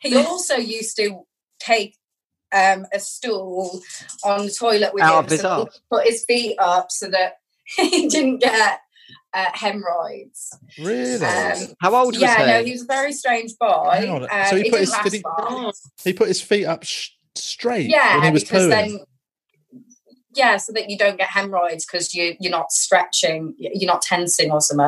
S4: he also used to take um, a stool on the toilet with
S2: Out
S4: him
S2: of his
S4: so that he
S2: arse.
S4: could put his feet up so that he didn't get uh, hemorrhoids.
S1: really?
S4: Um,
S2: How old was
S4: yeah,
S2: he?
S4: no, he was a very strange boy.
S1: Hang on,
S4: Um,
S1: so he
S4: it
S1: put his-
S4: didn't last
S1: did he-
S4: long.
S1: he put his feet up sh- straight
S4: Yeah,
S1: when he was
S4: because
S1: pooing.
S4: then yeah, so that you don't get hemorrhoids because you you're not stretching, you're not tensing or something.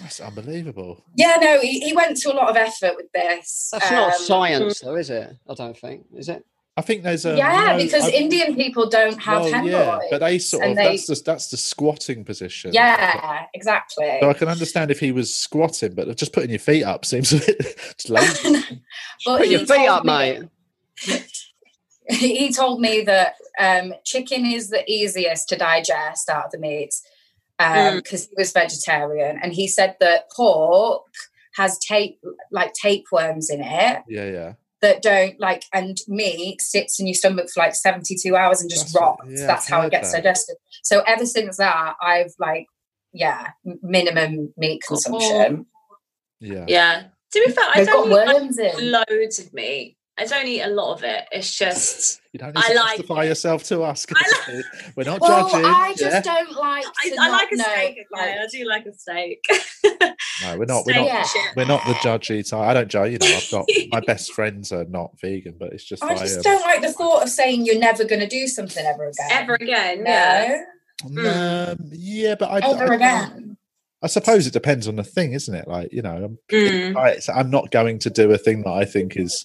S1: That's unbelievable.
S4: Yeah, no, he, he went to a lot of effort with this.
S2: That's not
S4: Um,
S2: science, though, is it? I don't think. Is it?
S1: I think there's a
S4: yeah,
S1: no-
S4: because
S1: um, I-
S4: Indian people don't have
S1: well, yeah,
S4: hemorrhoids.
S1: but they sort of
S4: and they-
S1: that's the that's the squatting position.
S4: Yeah, exactly.
S1: So I can understand if he was squatting, but just putting your feet up seems a bit just lazy.
S4: But
S2: Put
S4: he
S2: your feet
S4: told
S2: up,
S4: me-
S2: mate.
S4: He told me that um, chicken is the easiest to digest out of the meats because he was vegetarian, and he said that pork has tape like tapeworms in it
S1: yeah, yeah.
S4: that don't like, and meat sits in your stomach for like seventy-two hours and just
S1: That's what-
S4: rots.
S1: yeah,
S4: That's
S1: I've
S4: how
S1: heard
S4: it gets
S1: that.
S4: digested. So ever since that, I've like, yeah, m- minimum meat
S5: Oh.
S4: consumption.
S1: Yeah.
S5: Yeah. To be fair, I
S4: They've got
S5: don't eat
S4: worms
S5: like,
S4: in.
S5: loads of meat. I don't eat a lot of it. It's just
S1: You don't need
S5: I
S1: to
S5: like
S1: justify
S5: it.
S1: yourself to us. We're not
S4: Well,
S1: judging.
S4: I just
S1: yeah?
S4: don't like.
S5: I,
S4: to
S5: I
S4: not
S5: like a
S4: know,
S5: steak. okay,
S4: like-
S5: I do like a steak.
S1: No, we're not. We're not.
S4: Yeah.
S1: We're not the judgy type. I don't judge. You know, I've got my best friends are not vegan, but it's just.
S4: I
S1: like,
S4: just
S1: um,
S4: don't like the thought of saying you're never going to do something ever again.
S5: Ever again?
S4: No,
S5: Yeah.
S4: Mm.
S1: Um, yeah, but I,
S4: ever
S1: I-
S4: again.
S1: I suppose it depends on the thing, isn't it? Like you know, I'm,
S5: Mm.
S1: I, so I'm not going to do a thing that I think is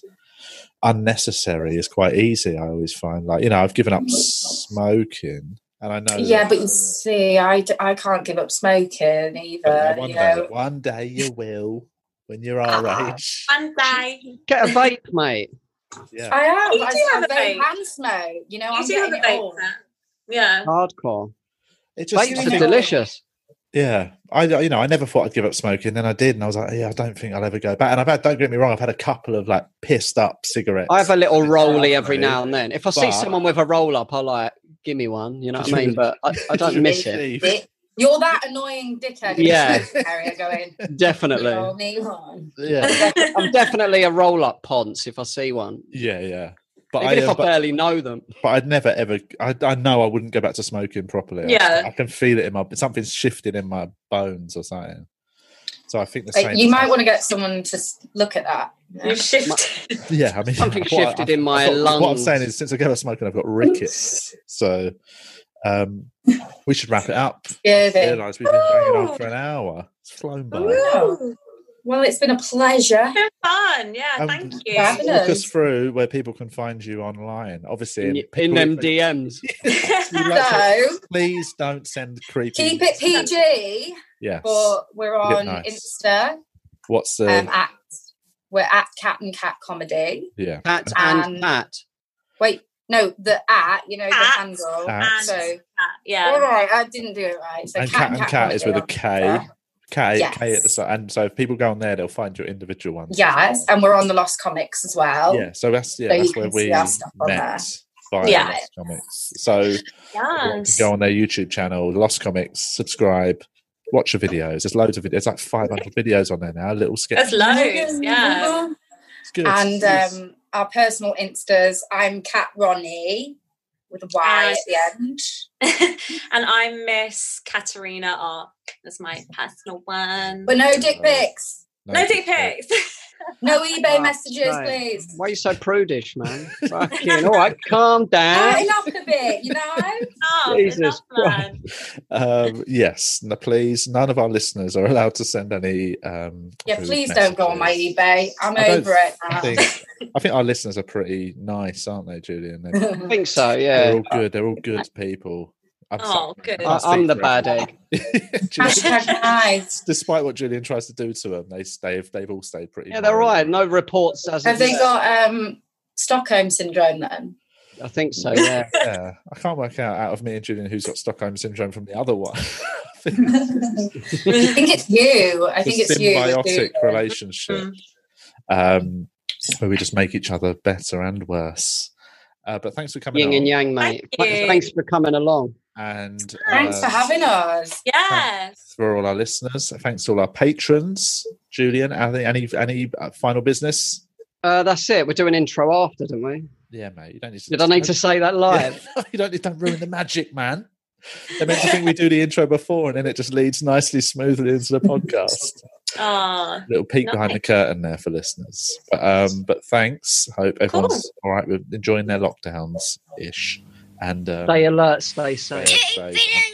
S1: unnecessary. It's quite easy. I always find like you know, I've given up smoking, and I know. that-
S4: Mm. Yeah, but you see, I, d- I can't give up smoking either.
S1: but one
S4: you
S1: day,
S4: know,
S1: one day you will when you're our
S4: Ah.
S1: age.
S5: One day.
S2: Get a vape, mate.
S1: Yeah.
S4: I am.
S5: Oh, You
S4: I,
S5: do have
S4: I vape
S5: a vape.
S4: and smoke. You know,
S5: You
S4: I'm
S5: do have
S4: getting
S5: a
S4: it
S5: vape.
S4: all.
S5: Nat. Yeah.
S2: Hardcore.
S1: It just
S2: Vapes
S1: I
S2: are
S1: think-
S2: delicious.
S1: Yeah, I you know I never thought I'd give up smoking, then I did, and I was like, yeah, I don't think I'll ever go back. And I've had don't get me wrong, I've had a couple of like pissed up cigarettes.
S2: I have a little rolly
S1: lovely,
S2: every now and then. If I see
S1: but-
S2: someone with a roll up, I like give me one. You know what I
S1: Did you
S2: mean? But I, I don't miss it.
S4: Dick- You're that annoying dickhead. in
S2: Yeah.
S4: the area going.
S2: Definitely.
S4: "Roll me on."
S1: Yeah,
S2: I'm definitely a roll up ponce if I see one.
S1: yeah, yeah. But
S2: Even
S1: I,
S2: if I
S1: um, but,
S2: barely know them.
S1: but I'd never ever. I, I know I wouldn't go back to smoking properly. I-
S5: Yeah.
S1: I, can feel it in my something's shifting in my bones or something. So I think the
S4: Like,
S1: same.
S4: you might want to get someone to s- look at that.
S5: You shift.
S1: Yeah, I mean
S2: Something
S1: what I-
S2: shifted in my
S1: I thought- What I'm
S2: lungs.
S1: saying is, since I gave up smoking, I've got rickets. So um, we should wrap it up.
S4: Yeah,
S1: I
S4: then.
S1: realise we've been hanging on
S5: Ooh.
S1: for an hour. It's flown by.
S5: Ooh,
S4: Well, it's been a pleasure.
S5: so fun. Yeah,
S1: Um,
S5: thank you.
S4: yeah.
S1: Walk us through where people can find you online. Obviously,
S2: In,
S1: and
S2: y- in
S1: people-
S2: them DMs.
S1: you like to-
S4: So
S1: please don't send creepy.
S4: keep it PG,
S1: Yes.
S4: but we're
S1: Keep it
S4: on
S1: nice.
S4: Insta.
S1: What's the?
S4: um, at we're at Cat and Cat Comedy.
S1: yeah.
S2: Cat
S4: And-
S2: and Pat.
S4: Wait, no, the at you know the
S5: At.
S4: handle.
S1: At.
S5: And
S4: So
S5: that,
S4: all
S5: yeah.
S4: right, I didn't do it right. So
S1: and cat and cat, is with a
S4: Comedy.
S1: K. K,
S4: Yes.
S1: K at the side. And so if people go on there, they'll find your individual ones. as
S4: Yes,
S1: well.
S4: and we're on the Lost Comics as well.
S1: yeah. So that's yeah.
S4: So you
S1: that's
S4: can
S1: where
S4: see
S1: we
S4: our stuff on
S1: met. Via
S5: Yeah.
S1: Lost Comics. So everyone can
S5: Yes.
S1: go on their YouTube channel, Lost Comics, subscribe, watch the videos. There's loads of videos. There's like 500 videos on there now. Little sketch.
S5: That's loads. Yeah.
S1: It's good.
S4: And
S1: Yes.
S4: um, our personal instas. I'm Cat Ronnie with a Y at the end.
S5: and I'm Miss Katerina R. That's my personal one.
S1: Oh,
S4: But no dick pics.
S5: no dick pics.
S4: No eBay
S2: Oh,
S4: messages,
S2: right.
S4: please.
S2: Why are you so prudish, man? Fucking, all right, calm down.
S4: Lighten up a bit, you know.
S5: Oh,
S2: Jesus
S5: enough,
S2: Christ.
S5: man.
S1: um, yes, no, please. None of our listeners are allowed to send any. Um,
S4: Yeah,
S1: rude
S4: please don't go on my
S1: messages.
S4: eBay. I'm
S1: I don't
S4: over it
S1: I
S4: now.
S1: think, I think our listeners are pretty nice, aren't they, Julian? They're,
S2: I think so,
S1: they're
S2: yeah.
S1: all good. They're all good people. I'm
S5: Oh, good.
S2: I, I'm the bad egg.
S1: egg.
S4: Hashtag nice.
S1: Despite what Julian tries to do to them, they stay. They've all stayed pretty.
S2: Yeah, they're all
S1: mild.
S2: right. No reports as
S4: Have
S2: of
S4: they
S2: yet.
S4: got um, Stockholm syndrome then?
S2: I think so, yeah.
S1: Yeah, I can't work out out of me and Julian who's got Stockholm syndrome from the other one.
S4: I think it's you. I think
S1: the
S4: it's you. with
S1: symbiotic
S4: Google.
S1: relationship um, where we just make each other better and worse. Uh, but thanks for coming.
S2: Yin and
S1: on.
S2: yang, mate.
S5: Thank
S2: Thanks-
S5: you.
S2: Thanks for coming along.
S1: And uh,
S4: Thanks for having us.
S5: Yeah.
S1: for all our listeners. Thanks to all our patrons. Julian, any any, any uh, final business?
S2: Uh, that's it. We're doing intro after, don't we?
S1: Yeah, mate. You don't need to.
S2: Did I need to say that live?
S1: you don't need to ruin the magic, man. They meant to think we do the intro before, and then it just leads nicely, smoothly into the podcast.
S5: Ah.
S1: little peek behind the
S5: Nice.
S1: curtain there for listeners. But um, but thanks. Hope everyone's all right with enjoying their lockdowns ish. And um,
S2: Stay alert, stay safe.
S1: stay safe and